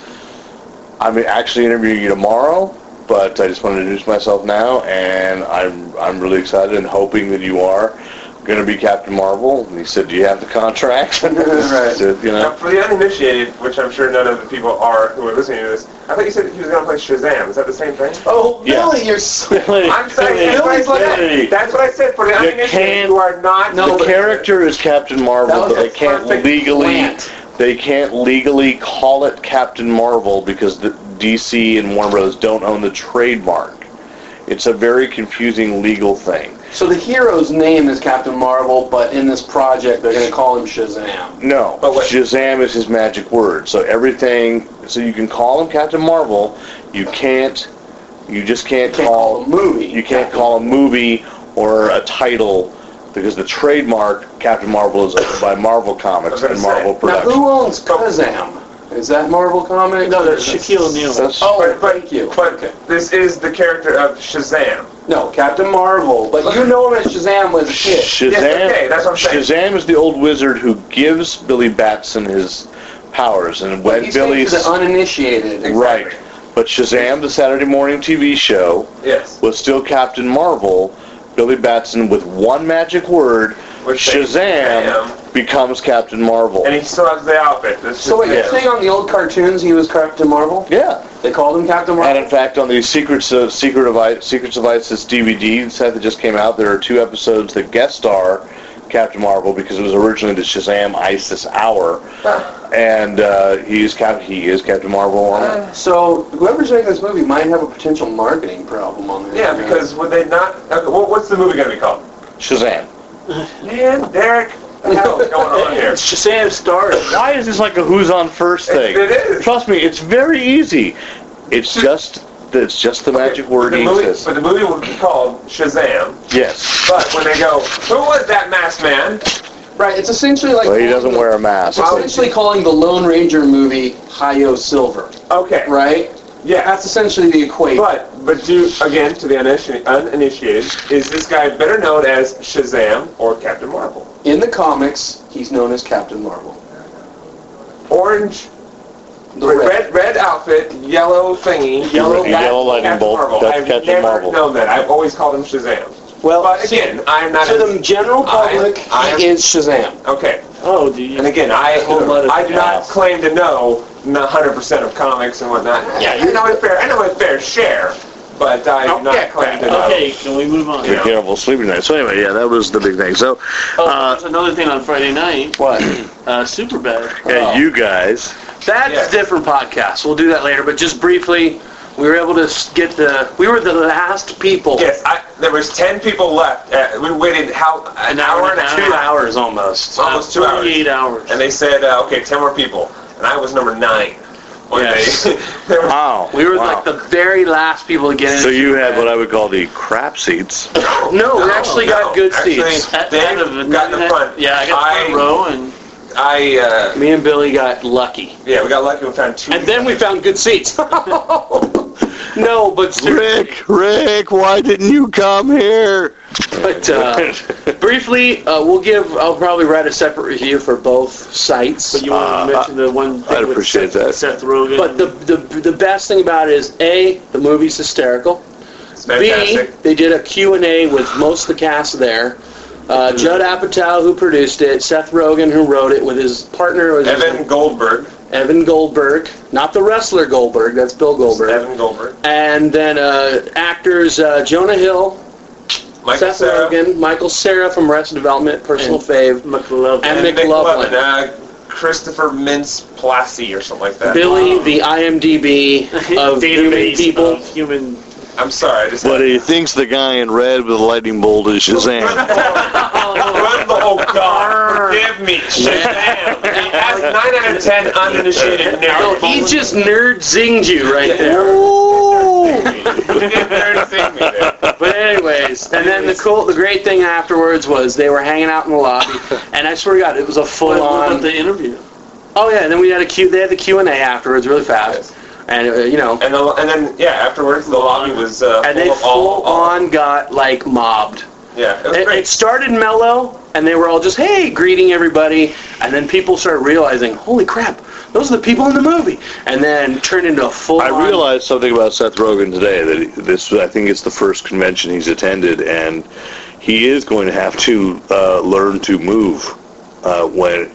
Speaker 1: "I'm actually interviewing you tomorrow, but I just want to introduce myself now, and I'm I'm really excited and hoping that you are going to be Captain Marvel." And he said, "Do you have the contract?" And I
Speaker 2: Right.
Speaker 1: said, you
Speaker 3: Now,
Speaker 1: know.
Speaker 3: for the uninitiated, which I'm sure none of the people are who are listening to this, I thought you said he was going to play Shazam. Is that the same thing?
Speaker 2: Oh,
Speaker 1: Yeah.
Speaker 2: Billy, you're so.
Speaker 3: I'm sorry, that's what I said. That's what I said. For the
Speaker 1: You
Speaker 3: uninitiated,
Speaker 1: can't-
Speaker 3: you are not.
Speaker 2: No,
Speaker 1: the
Speaker 2: but-
Speaker 1: character is Captain
Speaker 2: That
Speaker 1: Marvel,
Speaker 2: was
Speaker 1: but
Speaker 2: a
Speaker 1: they can't
Speaker 2: perfect
Speaker 1: legally
Speaker 2: plant.
Speaker 1: they can't legally call it Captain Marvel because the DC and Warner Bros. don't own the trademark. It's a very confusing legal thing.
Speaker 2: So the hero's name is Captain Marvel, but in this project they're going to call him Shazam.
Speaker 1: No,
Speaker 3: But what-
Speaker 1: Shazam is his magic word. So everything, so you can call him Captain Marvel. You can't, you just can't,
Speaker 2: Can't
Speaker 1: call.
Speaker 2: call a movie.
Speaker 1: You can't call a movie or a title because the trademark Captain Marvel is owned by Marvel Comics
Speaker 3: I was
Speaker 1: and
Speaker 3: gonna say.
Speaker 1: Marvel
Speaker 2: Now
Speaker 1: Productions.
Speaker 2: who owns Kazam? Is that Marvel comic?
Speaker 4: No, that's Shaquille O'Neal.
Speaker 1: That's-
Speaker 2: Oh,
Speaker 3: But, but,
Speaker 2: thank you.
Speaker 3: but
Speaker 2: Okay.
Speaker 3: this is the character of Shazam.
Speaker 2: No, Captain Marvel. But you know him as Shazam was a kid.
Speaker 1: Shazam,
Speaker 3: Yes, okay, that's what I'm saying.
Speaker 1: Shazam is the old wizard who gives Billy Batson his powers, and when
Speaker 2: He's
Speaker 1: Billy,
Speaker 2: the uninitiated.
Speaker 1: right, but Shazam, the Saturday morning TV show,
Speaker 3: Yes.
Speaker 1: was still Captain Marvel. Billy Batson, with one magic word,
Speaker 3: Which they-
Speaker 1: Shazam,
Speaker 3: Shazam.
Speaker 1: becomes Captain Marvel.
Speaker 3: And he still has the outfit. This
Speaker 2: So wait,
Speaker 1: Yeah.
Speaker 2: you're saying on the old cartoons he was Captain Marvel?
Speaker 1: yeah.
Speaker 2: They called him Captain
Speaker 1: And
Speaker 2: Marvel.
Speaker 1: in fact, on the Secrets of Secret of I- Secrets of Isis DVD set that just came out, there are two episodes that guest star Captain Marvel because it was originally the Shazam Isis Hour, and uh, he is Cap- he is Captain Marvel.
Speaker 3: Uh.
Speaker 2: Uh,
Speaker 5: So whoever's making this movie might have a potential marketing problem on their
Speaker 3: Yeah,
Speaker 5: hands.
Speaker 3: because would they not? Okay, what, what's the movie gonna be called?
Speaker 1: Shazam.
Speaker 3: Man, Derek, what the hell's going on here?
Speaker 4: It's Shazam started.
Speaker 1: Why is this like a who's on first thing?
Speaker 3: It- it is.
Speaker 1: Trust me, it's very easy. It's just it's just the magic word
Speaker 3: The
Speaker 1: he
Speaker 3: movie,
Speaker 1: says.
Speaker 3: but the movie will be called Shazam.
Speaker 1: Yes.
Speaker 3: But when they go, who was that masked man?
Speaker 5: right, it's essentially like
Speaker 1: Well, he doesn't wear a mask.
Speaker 5: It's essentially calling the Lone Ranger movie Hiyo Silver,
Speaker 3: Okay,
Speaker 5: right?
Speaker 3: yeah.
Speaker 5: That's essentially the equation.
Speaker 3: But but do again to the uniniti- uninitiated, is this guy better known as Shazam or Captain Marvel?
Speaker 5: In the comics, he's known as Captain Marvel.
Speaker 3: Orange,
Speaker 5: The
Speaker 3: red.
Speaker 5: Red.
Speaker 3: red outfit, yellow thingy,
Speaker 1: Yellow-
Speaker 3: yellow, that's
Speaker 1: yellow lightning
Speaker 3: Captain
Speaker 1: bolt,
Speaker 3: Marvel.
Speaker 1: that's
Speaker 3: I've
Speaker 1: Captain
Speaker 3: never
Speaker 1: Marvel.
Speaker 3: known that. I've always called him Shazam.
Speaker 5: Well,
Speaker 3: But again, I'm not.
Speaker 5: to
Speaker 3: as-
Speaker 5: the general
Speaker 3: I-
Speaker 5: public,
Speaker 3: I-
Speaker 5: he is Shazam.
Speaker 3: okay.
Speaker 4: Oh, dude.
Speaker 3: And again, I
Speaker 4: Whole lot of-
Speaker 3: I do not
Speaker 1: yeah.
Speaker 3: claim to know 100% of comics and whatnot.
Speaker 5: Yeah,
Speaker 3: I know my fair, I know my fair share, but I do not
Speaker 5: Okay.
Speaker 3: claim to know.
Speaker 4: Okay, can we move on?
Speaker 1: Be careful sleeping night. So anyway, yeah, that was the big thing. So,
Speaker 4: Oh,
Speaker 1: uh,
Speaker 4: there's another thing on Friday night.
Speaker 5: What?
Speaker 4: Uh, super bad.
Speaker 3: Oh.
Speaker 1: yeah, you guys.
Speaker 2: That's
Speaker 3: Yeah.
Speaker 2: a different podcast. We'll do that later. But just briefly, we were able to s- get the. We were the last people.
Speaker 3: Yes, I, there was 10 people left. Uh, we waited how an hour and a
Speaker 2: half,
Speaker 3: two hours,
Speaker 2: hours almost.
Speaker 3: almost two hours,
Speaker 4: 48 Uh, hours.
Speaker 3: and they said, uh, okay, 10 more people, and I was number nine. When
Speaker 2: Yes.
Speaker 3: they, they were,
Speaker 1: Wow.
Speaker 2: We were
Speaker 1: Wow.
Speaker 2: like the very last people to get in.
Speaker 1: So you had what I would call the crap seats.
Speaker 2: Uh, No, we actually got good seats.
Speaker 3: Actually, Dave got in the front.
Speaker 4: Yeah, I got the front row and
Speaker 3: I, uh,
Speaker 2: Me and Billy got lucky,
Speaker 3: yeah, we got lucky. We found two.
Speaker 2: and then we found good seats. no, but seriously,
Speaker 1: Rick, why didn't you come here?
Speaker 2: but uh, briefly, uh, we'll give. I'll probably write a separate review for both sites.
Speaker 4: but you want to
Speaker 1: Uh,
Speaker 4: mention the one thing with
Speaker 1: appreciate
Speaker 4: Seth,
Speaker 1: that.
Speaker 4: Seth Rogen.
Speaker 2: But the, the the best thing about it is a the movie's hysterical.
Speaker 3: It's
Speaker 2: B
Speaker 3: fantastic.
Speaker 2: they did a Q and A with most of the cast there. Uh, Judd Apatow who produced it, Seth Rogen who wrote it with his partner was
Speaker 3: Evan Goldberg.
Speaker 2: Evan Goldberg, not the wrestler Goldberg, that's Bill Goldberg,
Speaker 3: Evan Goldberg.
Speaker 2: and then uh, actors uh, Jonah Hill,
Speaker 3: Michael
Speaker 2: Seth
Speaker 3: Cera,
Speaker 2: Rogen, Michael Sarah from Arrested Development, personal
Speaker 4: And-
Speaker 2: fave,
Speaker 4: McLovin.
Speaker 2: and
Speaker 3: Nick
Speaker 2: McLaughlin.
Speaker 3: Levin, uh, Christopher Mintz Plassey or something like that.
Speaker 2: Billy the IMDb of human
Speaker 4: database
Speaker 2: people.
Speaker 4: of human.
Speaker 3: I'm sorry, I just
Speaker 1: But he thinks the guy in red with the lightning bolt is Shazam.
Speaker 3: Run the whole God. Forgive me. Shazam. He has 9 out of 10 uninitiated
Speaker 2: No,
Speaker 3: narrow
Speaker 2: he just nerd zinged you right there. But anyways, and then the cool, the great thing afterwards was they were hanging out in the lobby, and I swear to God, it was a
Speaker 4: What
Speaker 2: full
Speaker 4: about
Speaker 2: on.
Speaker 4: the interview?
Speaker 2: Oh yeah, and then we had a Q. They had the Q and A afterwards, really fast, and uh, you know,
Speaker 3: And, the, and then, yeah, afterwards, the lobby was uh,
Speaker 2: and they
Speaker 3: full of all,
Speaker 2: full on got like mobbed.
Speaker 3: Yeah, it was
Speaker 2: It,
Speaker 3: great.
Speaker 2: it started mellow, and they were all just hey, greeting everybody, and then people started realizing, holy crap, those are the people in the movie, and then turned into a full.
Speaker 1: I realized something about Seth Rogen today that he- this I think it's the first convention he's attended, and he is going to have to uh, learn to move uh, when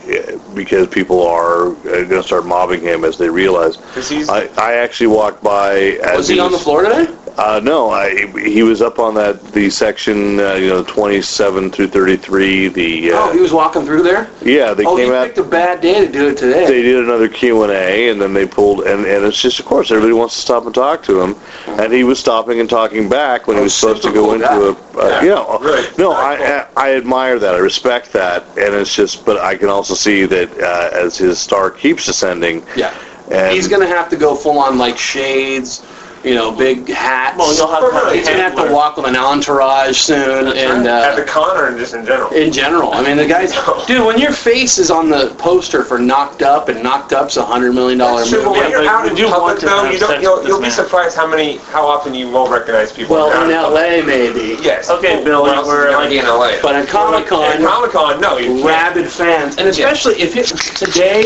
Speaker 1: because people are going to start mobbing him as they realize.
Speaker 3: 'Cause he's,
Speaker 1: I, I actually walked by. As
Speaker 2: Was he on the floor today?
Speaker 1: Uh, no, I, he was up on that the section uh, you know 27 through 33. The uh,
Speaker 2: Oh, he was walking through there.
Speaker 1: yeah they
Speaker 2: Oh,
Speaker 1: came
Speaker 2: you
Speaker 1: out.
Speaker 2: picked a bad day to do it today.
Speaker 1: they did another Q and A, and then they pulled, and, and it's just of course everybody wants to stop and talk to him, and he was stopping and talking back when he was supposed to go into a, uh,
Speaker 3: Yeah,
Speaker 1: you know,
Speaker 3: really,
Speaker 1: no,
Speaker 3: very
Speaker 1: I, I I admire that, I respect that, and it's just, but I can also see that uh, as his star keeps ascending,
Speaker 2: Yeah.
Speaker 1: and
Speaker 2: He's gonna have to go full on like shades, you know, big hats.
Speaker 4: Well, you'll have
Speaker 3: For her,
Speaker 4: to
Speaker 2: He's gonna have to walk with an entourage soon, and
Speaker 3: at the
Speaker 2: uh,
Speaker 3: Connor and just in general.
Speaker 2: in general, I mean, the guys, dude, when your face is on the poster for Knocked Up and Knocked Up's a hundred million dollar
Speaker 3: That's true, but
Speaker 2: movie.
Speaker 3: when
Speaker 4: Yeah,
Speaker 3: you're
Speaker 4: but
Speaker 3: out
Speaker 4: we
Speaker 3: in
Speaker 4: do want
Speaker 3: public,
Speaker 4: to
Speaker 3: though,
Speaker 4: have
Speaker 3: you don't,
Speaker 4: sex
Speaker 3: you'll,
Speaker 4: with
Speaker 3: you'll
Speaker 4: this
Speaker 3: be
Speaker 4: man.
Speaker 3: surprised how many, how often you won't recognize people.
Speaker 2: Well, in
Speaker 3: out public.
Speaker 2: L.A. maybe,
Speaker 3: Yes.
Speaker 4: Okay, Bill,
Speaker 3: Where else is
Speaker 4: we're
Speaker 3: it gonna
Speaker 4: like-
Speaker 3: be in LA.
Speaker 2: but at Comic Con,
Speaker 3: At Comic Con, no, you can't.
Speaker 2: rabid fans, and especially if it today,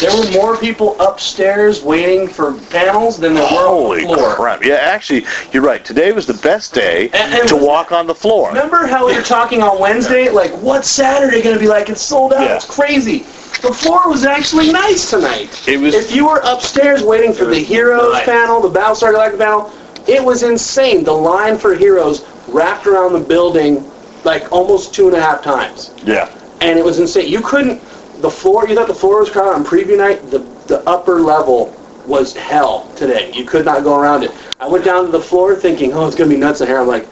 Speaker 2: there were more people upstairs waiting for panels than there were on
Speaker 1: holy
Speaker 2: the floor.
Speaker 1: crap, yeah, actually, you're right. Today was the best day
Speaker 2: And- and-
Speaker 1: to walk on the floor.
Speaker 2: Remember how we were talking on Wednesday? Like, what's Saturday going to be like? It's sold out.
Speaker 1: Yeah.
Speaker 2: It's crazy. The floor was actually nice tonight.
Speaker 1: It was
Speaker 2: If you were upstairs waiting for the Heroes
Speaker 4: nice.
Speaker 2: panel, the Battlestar Galactica panel, it was insane. The line for Heroes wrapped around the building like almost two and a half times,
Speaker 1: Yeah.
Speaker 2: and it was insane. You couldn't. The floor. You thought the floor was crowded on preview night. The the upper level was hell today. You could not go around it. I went down to the floor thinking, oh, it's gonna be nuts in here. I'm like,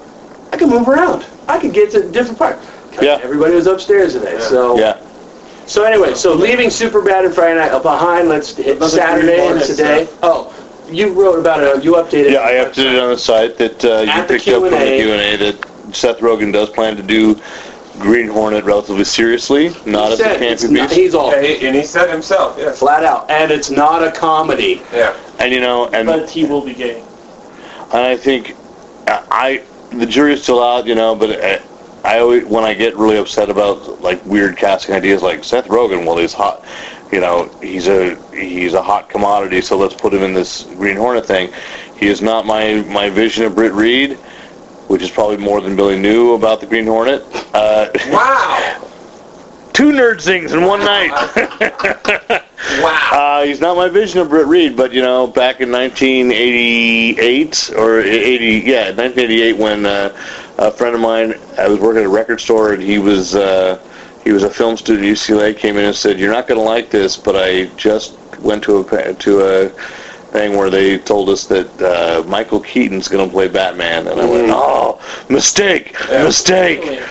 Speaker 2: I can move around. I could get to a different part.
Speaker 1: Yeah.
Speaker 2: Everybody was upstairs today,
Speaker 3: Yeah.
Speaker 2: so.
Speaker 1: Yeah.
Speaker 2: So anyway, so leaving Superbad and Friday night uh, behind, let's hit
Speaker 4: Another
Speaker 2: Saturday
Speaker 4: three
Speaker 2: and
Speaker 4: minutes,
Speaker 2: today. Oh, you wrote about it. uh, You updated.
Speaker 1: Yeah, I updated it on the site that uh, you
Speaker 2: At the
Speaker 1: picked up from the
Speaker 2: Q&A.
Speaker 1: Q&A that Seth Rogen does plan to do Green Hornet relatively seriously, not
Speaker 2: He
Speaker 1: as a
Speaker 2: said it's
Speaker 1: campy
Speaker 2: not-
Speaker 1: piece.
Speaker 2: He's all
Speaker 3: Yeah, he- and he said himself, yes.
Speaker 2: flat out, and it's not a comedy.
Speaker 3: Yeah.
Speaker 1: And you know, and
Speaker 4: But he will be gay.
Speaker 1: and I think uh, I I- the jury's still out, you know, but I, I always when I get really upset about like weird casting ideas like Seth Rogen, well he's hot, you know, he's a he's a hot commodity, so let's put him in this Green Hornet thing. He is not my my vision of Britt Reed, which is probably more than Billy knew about the Green Hornet. Uh,
Speaker 3: Wow.
Speaker 1: two nerd things in one night.
Speaker 3: Wow.
Speaker 1: Uh, he's not my vision of Britt Reed, but you know, back in 1988 or 80, yeah, 1988, when uh, a friend of mine, I was working at a record store, and he was uh, he was a film student at UCLA, came in and said, "You're not going to like this," but I just went to a pa- to a thing where they told us that uh, Michael Keaton's going to play Batman, and I went, "Oh, mistake,
Speaker 3: Yeah.
Speaker 1: mistake,"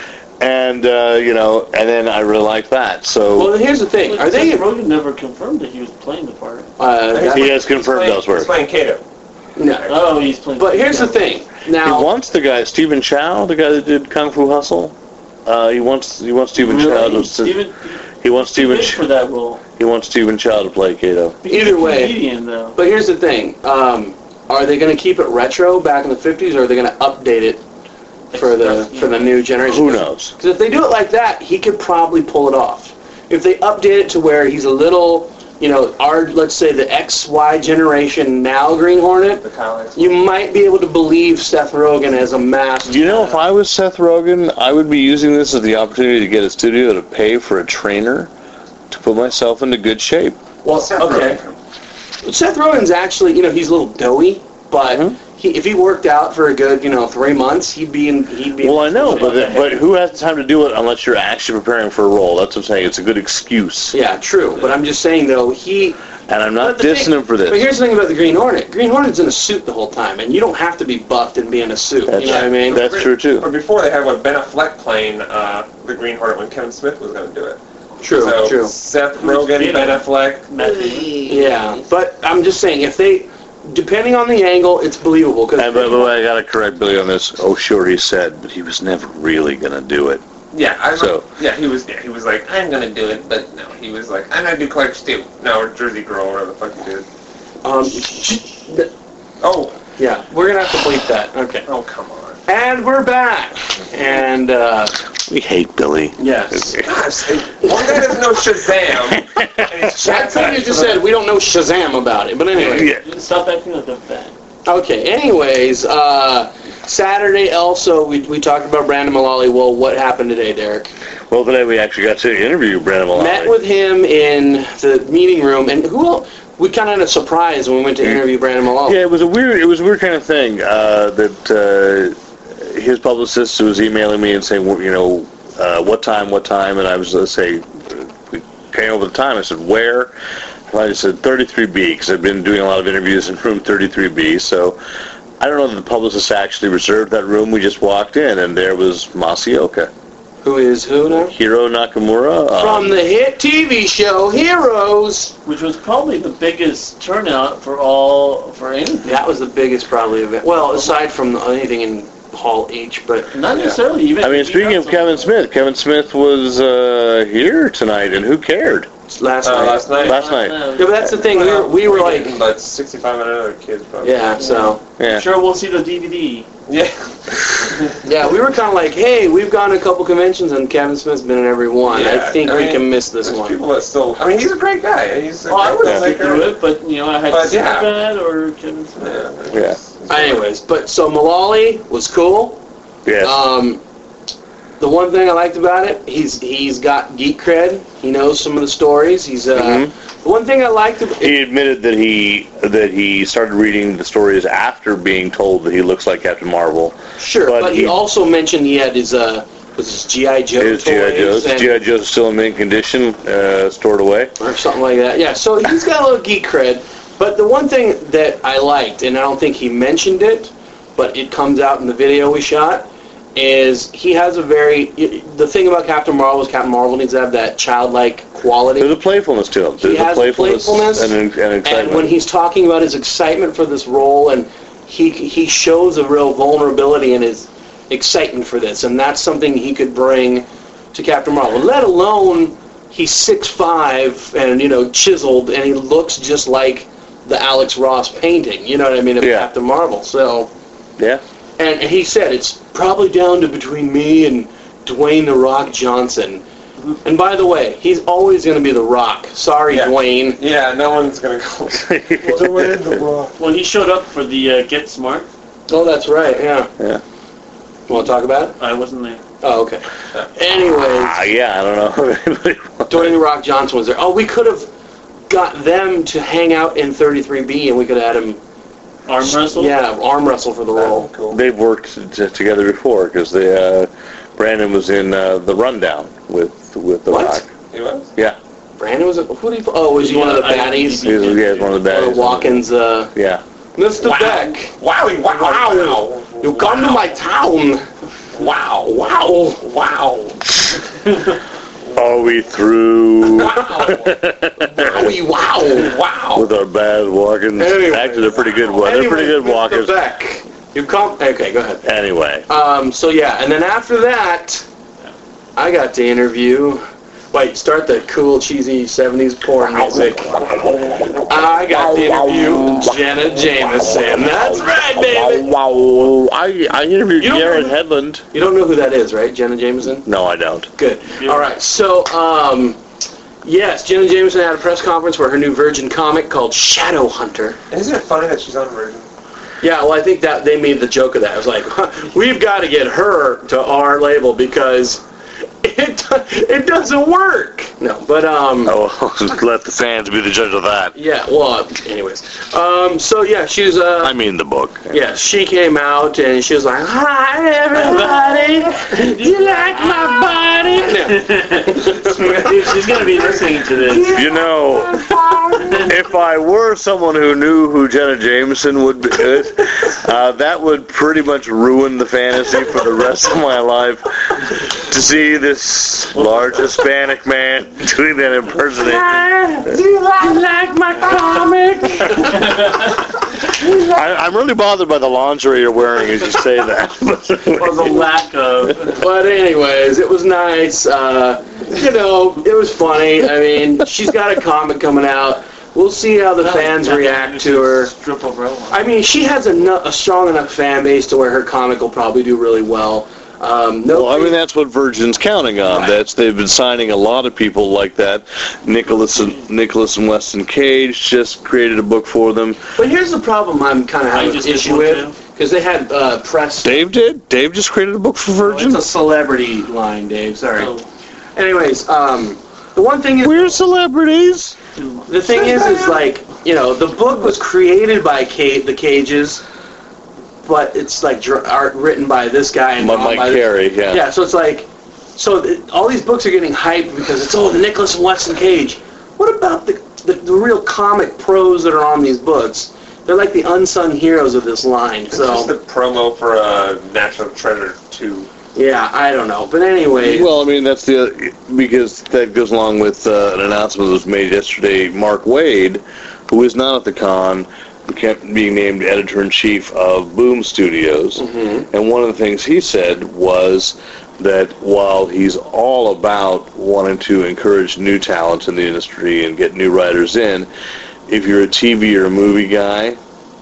Speaker 1: and uh, you know, and then I really liked that. So.
Speaker 2: Well, here's the thing. Are they?
Speaker 4: Rogan never confirmed that he was playing the part.
Speaker 2: Uh,
Speaker 1: he
Speaker 2: that-
Speaker 1: has confirmed
Speaker 3: Explain-
Speaker 1: those words.
Speaker 3: Explain Kato.
Speaker 2: no.
Speaker 4: Oh, he's playing.
Speaker 2: But here's the thing.
Speaker 1: He
Speaker 2: Now,
Speaker 1: wants the guy, Stephen Chow, the guy that did Kung Fu Hustle. Uh, he wants he wants Stephen Chow. To,
Speaker 4: Really? Steven,
Speaker 1: he wants Stephen.
Speaker 4: Steven
Speaker 1: Ch-
Speaker 4: for that role.
Speaker 1: he wants Stephen Chow to play Kato.
Speaker 4: He's
Speaker 2: Either
Speaker 4: a
Speaker 2: way.
Speaker 4: comedian though.
Speaker 2: but here's the thing. Um, are they going to keep it retro back in the 50s, or are they going to update it for the for the new generation?
Speaker 1: Who knows?
Speaker 2: Because if they do it like that, he could probably pull it off. If they update it to where he's a little, you know, our let's say the X Y generation now Green Hornet,
Speaker 3: The Collins.
Speaker 2: you might be able to believe Seth Rogen as a master.
Speaker 1: You know, if I was Seth Rogen, I would be using this as the opportunity to get a studio to pay for a trainer to put myself into good shape.
Speaker 2: well,
Speaker 3: Seth
Speaker 2: okay.
Speaker 3: Rogen.
Speaker 2: Seth Rogen's actually, you know, he's a little doughy, but
Speaker 1: Mhm.
Speaker 2: he, if he worked out for a good, you know, three months, he'd be in. He'd be.
Speaker 1: Well, I know, but but who has the time to do it unless you're actually preparing for a role? That's what I'm saying. It's a good excuse,
Speaker 2: yeah, true. But I'm just saying though, he.
Speaker 1: and I'm not
Speaker 2: But the
Speaker 1: dissing
Speaker 2: thing-
Speaker 1: him for
Speaker 2: But
Speaker 1: this.
Speaker 2: here's the thing about the Green Hornet. Green Hornet's in a suit the whole time, and you don't have to be buffed and be in a suit.
Speaker 1: That's,
Speaker 2: you know what I mean?
Speaker 1: that's true too.
Speaker 3: But before they had what Ben Affleck playing uh, the Green Hornet when Kevin Smith was going to do it.
Speaker 2: True,
Speaker 3: so
Speaker 2: true.
Speaker 3: Seth Rogen,
Speaker 4: Yeah.
Speaker 3: Ben Affleck.
Speaker 4: Matt Damon.
Speaker 2: Yeah, but I'm just saying, if they, depending on the angle, it's believable. Cause
Speaker 1: And by the way, I gotta correct Billy on this. Oh, sure, he said, but he was never really gonna do it.
Speaker 3: Yeah, I
Speaker 1: So-
Speaker 3: yeah, he was yeah, he was like, I'm gonna do it, but no, he was like, I'm gonna do Clark Steele. No, or Jersey Girl, whatever the fuck he did.
Speaker 2: um, th-
Speaker 3: Oh,
Speaker 2: yeah, we're gonna have to bleep that. Okay.
Speaker 3: oh come on.
Speaker 2: And we're back. And uh,
Speaker 1: We hate Billy.
Speaker 2: yes,
Speaker 3: Gosh, it- one guy doesn't know Shazam. and he's
Speaker 2: Jack Peters just said we don't know Shazam about it. But anyway,
Speaker 1: Yeah.
Speaker 4: Stop acting like a fan.
Speaker 2: okay. Anyways, uh, Saturday also we we talked about Brandon Mullally. Well, what happened today, Derek?
Speaker 1: Well, today we actually got to interview Brandon
Speaker 2: Met
Speaker 1: Mullally.
Speaker 2: with him in the meeting room, and who? el- We kind of had a surprise when we went to interview Brandon Mullally.
Speaker 1: Yeah, it was a weird, it was a weird kind of thing uh, that uh, his publicist was emailing me and saying, well, you know, uh, what time, what time, and I was let's say, we came over the time. I said where, and I said 33B because I've been doing a lot of interviews in room 33B. So I don't know that the publicist actually reserved that room. We just walked in and there was Masioka,
Speaker 2: Who is who now?
Speaker 1: Hiro Nakamura um,
Speaker 2: From the hit TV show Heroes.
Speaker 4: Which was probably the biggest turnout for all for anything.
Speaker 2: That was the biggest probably event. Well, aside from anything in Hall H, but
Speaker 4: Not necessarily even.
Speaker 1: I mean, speaking of Kevin Smith, Kevin Smith was uh, here tonight, and who cared?
Speaker 2: last
Speaker 3: Uh,
Speaker 2: night.
Speaker 3: last night.
Speaker 1: Last night.
Speaker 4: Uh,
Speaker 2: Yeah, but that's the thing. We were, we were like,
Speaker 3: getting about 65 minute other kids, probably.
Speaker 2: yeah. So
Speaker 1: Yeah.
Speaker 4: Sure, we'll see the DVD.
Speaker 3: Yeah.
Speaker 2: yeah, we were kind of like, hey, we've gone to a couple conventions and Kevin Smith's been at every one.
Speaker 3: Yeah,
Speaker 2: I think
Speaker 3: I
Speaker 2: we
Speaker 3: mean,
Speaker 2: can miss this
Speaker 3: There's
Speaker 2: one.
Speaker 3: people that still. I mean, he's a great guy. He's a
Speaker 4: Oh, I
Speaker 3: great
Speaker 4: would have
Speaker 3: filmmaker.
Speaker 4: lived through it, but you know, I had
Speaker 3: But,
Speaker 4: to
Speaker 3: yeah.
Speaker 4: that or Kevin Smith.
Speaker 3: Yeah.
Speaker 1: Yeah.
Speaker 2: Anyways, but so Malali was cool.
Speaker 1: Yes.
Speaker 2: Um, the one thing I liked about it, he's he's got geek cred. He knows some of the stories. He's uh,
Speaker 1: Mhm.
Speaker 2: the one thing I liked. ab-
Speaker 1: he admitted that he that he started reading the stories after being told that he looks like Captain Marvel.
Speaker 2: Sure,
Speaker 1: But
Speaker 2: but, he,
Speaker 1: he-
Speaker 2: also mentioned he had his uh, was this GI Joe
Speaker 1: It is G.I.
Speaker 2: toys
Speaker 1: Joe's.
Speaker 2: and-
Speaker 1: G.I. Joe's still in mint condition, uh, stored away.
Speaker 2: or something like that. Yeah, so he's got a little geek cred. But the one thing that I liked, and I don't think he mentioned it, but it comes out in the video we shot, is he has a very. The thing about Captain Marvel is Captain Marvel needs to have that childlike quality.
Speaker 1: There's a playfulness to him. There's
Speaker 2: has a playfulness,
Speaker 1: and, an- and
Speaker 2: And when
Speaker 1: excitement.
Speaker 2: he's talking about his excitement for this role, and he he shows a real vulnerability in his excitement for this, and that's something he could bring to Captain Marvel. Let alone he's six five and you know chiseled, and he looks just like the Alex Ross painting. You know what I mean of
Speaker 1: Yeah.
Speaker 2: Captain Marvel. So,
Speaker 1: yeah.
Speaker 2: and he said it's probably down to between me and Dwayne the Rock Johnson. And by the way, he's always going to be the Rock. Sorry,
Speaker 3: Yeah.
Speaker 2: Dwayne.
Speaker 3: Yeah, no one's gonna go. Dwayne the Rock.
Speaker 4: Well, he showed up for the uh, Get Smart.
Speaker 2: Oh, that's right. Yeah.
Speaker 1: Yeah.
Speaker 2: You want to talk about it?
Speaker 4: I wasn't there.
Speaker 2: Oh, okay. Anyways,
Speaker 1: Ah, yeah, I don't know. if anybody wants-
Speaker 2: Dwayne the Rock Johnson was there. Oh, we could have got them to hang out in 33B, and we could have had him,
Speaker 4: Arm wrestle.
Speaker 2: yeah, arm wrestle for the role.
Speaker 3: cool.
Speaker 1: They've worked t- together before because uh, Brandon was in uh, the Rundown with with the
Speaker 2: What?
Speaker 1: Rock.
Speaker 3: He was?
Speaker 1: Yeah,
Speaker 2: Brandon was it? Who did he? Oh, was he one of the
Speaker 4: Yeah, I-
Speaker 2: baddies?
Speaker 1: he was, yeah, he's one of the
Speaker 2: One
Speaker 1: bad.
Speaker 2: of Walken's. Uh,
Speaker 1: Yeah,
Speaker 2: Mr.
Speaker 3: Wow.
Speaker 2: Beck,
Speaker 3: Wowie, wow, wow.
Speaker 2: you come to my town. Oh.
Speaker 3: Wow,
Speaker 2: Wow.
Speaker 3: wow,
Speaker 1: are Oh, we through
Speaker 2: Wowie, wow.
Speaker 3: wow.
Speaker 1: with our bad Walkens?
Speaker 2: Anyway.
Speaker 1: Actually, they're pretty good. Well, they're
Speaker 2: Anyway,
Speaker 1: pretty good
Speaker 2: Mr.
Speaker 1: Walkens.
Speaker 2: Beck, you come. Okay, go ahead.
Speaker 1: Anyway,
Speaker 2: Um, so yeah, and then after that, I got to interview. Wait, start the cool, cheesy '70s porn music. I got to interview Jenna Jameson. That's right, baby.
Speaker 1: wow, I I interviewed
Speaker 2: You don't
Speaker 1: Garrett
Speaker 2: remember-
Speaker 1: Headland.
Speaker 2: You don't know who that is, right? Jenna Jameson.
Speaker 1: No, I don't.
Speaker 2: Good.
Speaker 4: Yeah.
Speaker 2: All right. So, um, yes, Jenna Jameson had a press conference where her new Virgin comic called Shadow Hunter.
Speaker 3: Isn't it funny that she's on Virgin?
Speaker 2: Yeah, well, I think that they made the joke of that. It was like, we've got to get her to our label because it it doesn't work. No, but um,
Speaker 1: Oh, let the fans be the judge of that.
Speaker 2: yeah. Well, anyways, um, so yeah, she was uh,
Speaker 1: I mean the book.
Speaker 2: yeah, she came out and she was like, hi everybody, do you like my body?
Speaker 4: Dude, she's gonna be listening to this.
Speaker 1: You know, if I were someone who knew who Jenna Jameson would be, uh, that would pretty much ruin the fantasy for the rest of my life to see this large Hispanic man doing that impersonation.
Speaker 2: No. Do you like my comic?
Speaker 1: I, I'm really bothered by the lingerie you're wearing as you say
Speaker 4: Or the
Speaker 1: that.
Speaker 4: lack of.
Speaker 2: But anyways, it was nice. Uh, you know, it was funny. I mean, she's got a comic coming out. We'll see how the fans react to her.
Speaker 4: Strip of roll.
Speaker 2: I mean, she has a, nu- a strong enough fan base to where her comic will probably do really well. Um, no,
Speaker 1: Well, I mean that's what Virgin's counting on. That's they've been signing a lot of people like that. Nicholas and Nicholas and Weston Cage just created a book for them.
Speaker 2: but here's the problem I'm kind of
Speaker 4: I
Speaker 2: having an
Speaker 4: just did
Speaker 2: issue
Speaker 4: one
Speaker 2: with because they had uh, press.
Speaker 1: Dave did. Dave just created a book for Virgin.
Speaker 2: It's a celebrity line, Dave. Sorry.
Speaker 4: Oh,
Speaker 2: Anyways, um, the one thing is
Speaker 1: We're celebrities.
Speaker 4: too much.
Speaker 2: The thing is, is like you know, the book was created by Ca the Cages, but it's like dr- art written by this guy and drawn
Speaker 1: Mike
Speaker 2: by this-
Speaker 1: Carey, yeah.
Speaker 2: Yeah, so it's like, so th- all these books are getting hyped because it's oh the Nicholas and Weston Cage. What about the, the the real comic pros that are on these books? They're like the unsung heroes of this line.
Speaker 3: It's just the
Speaker 2: So
Speaker 3: promo for uh, National Treasure 2.
Speaker 2: yeah, I don't know, but anyway,
Speaker 1: Well, I mean that's the because that goes along with uh, an announcement that was made yesterday. Mark Wade, who is not at the con, kept being named editor in chief of Boom Studios, and one of the things he said was that while he's all about wanting to encourage new talent in the industry and get new writers in, if you're a TV or a movie guy,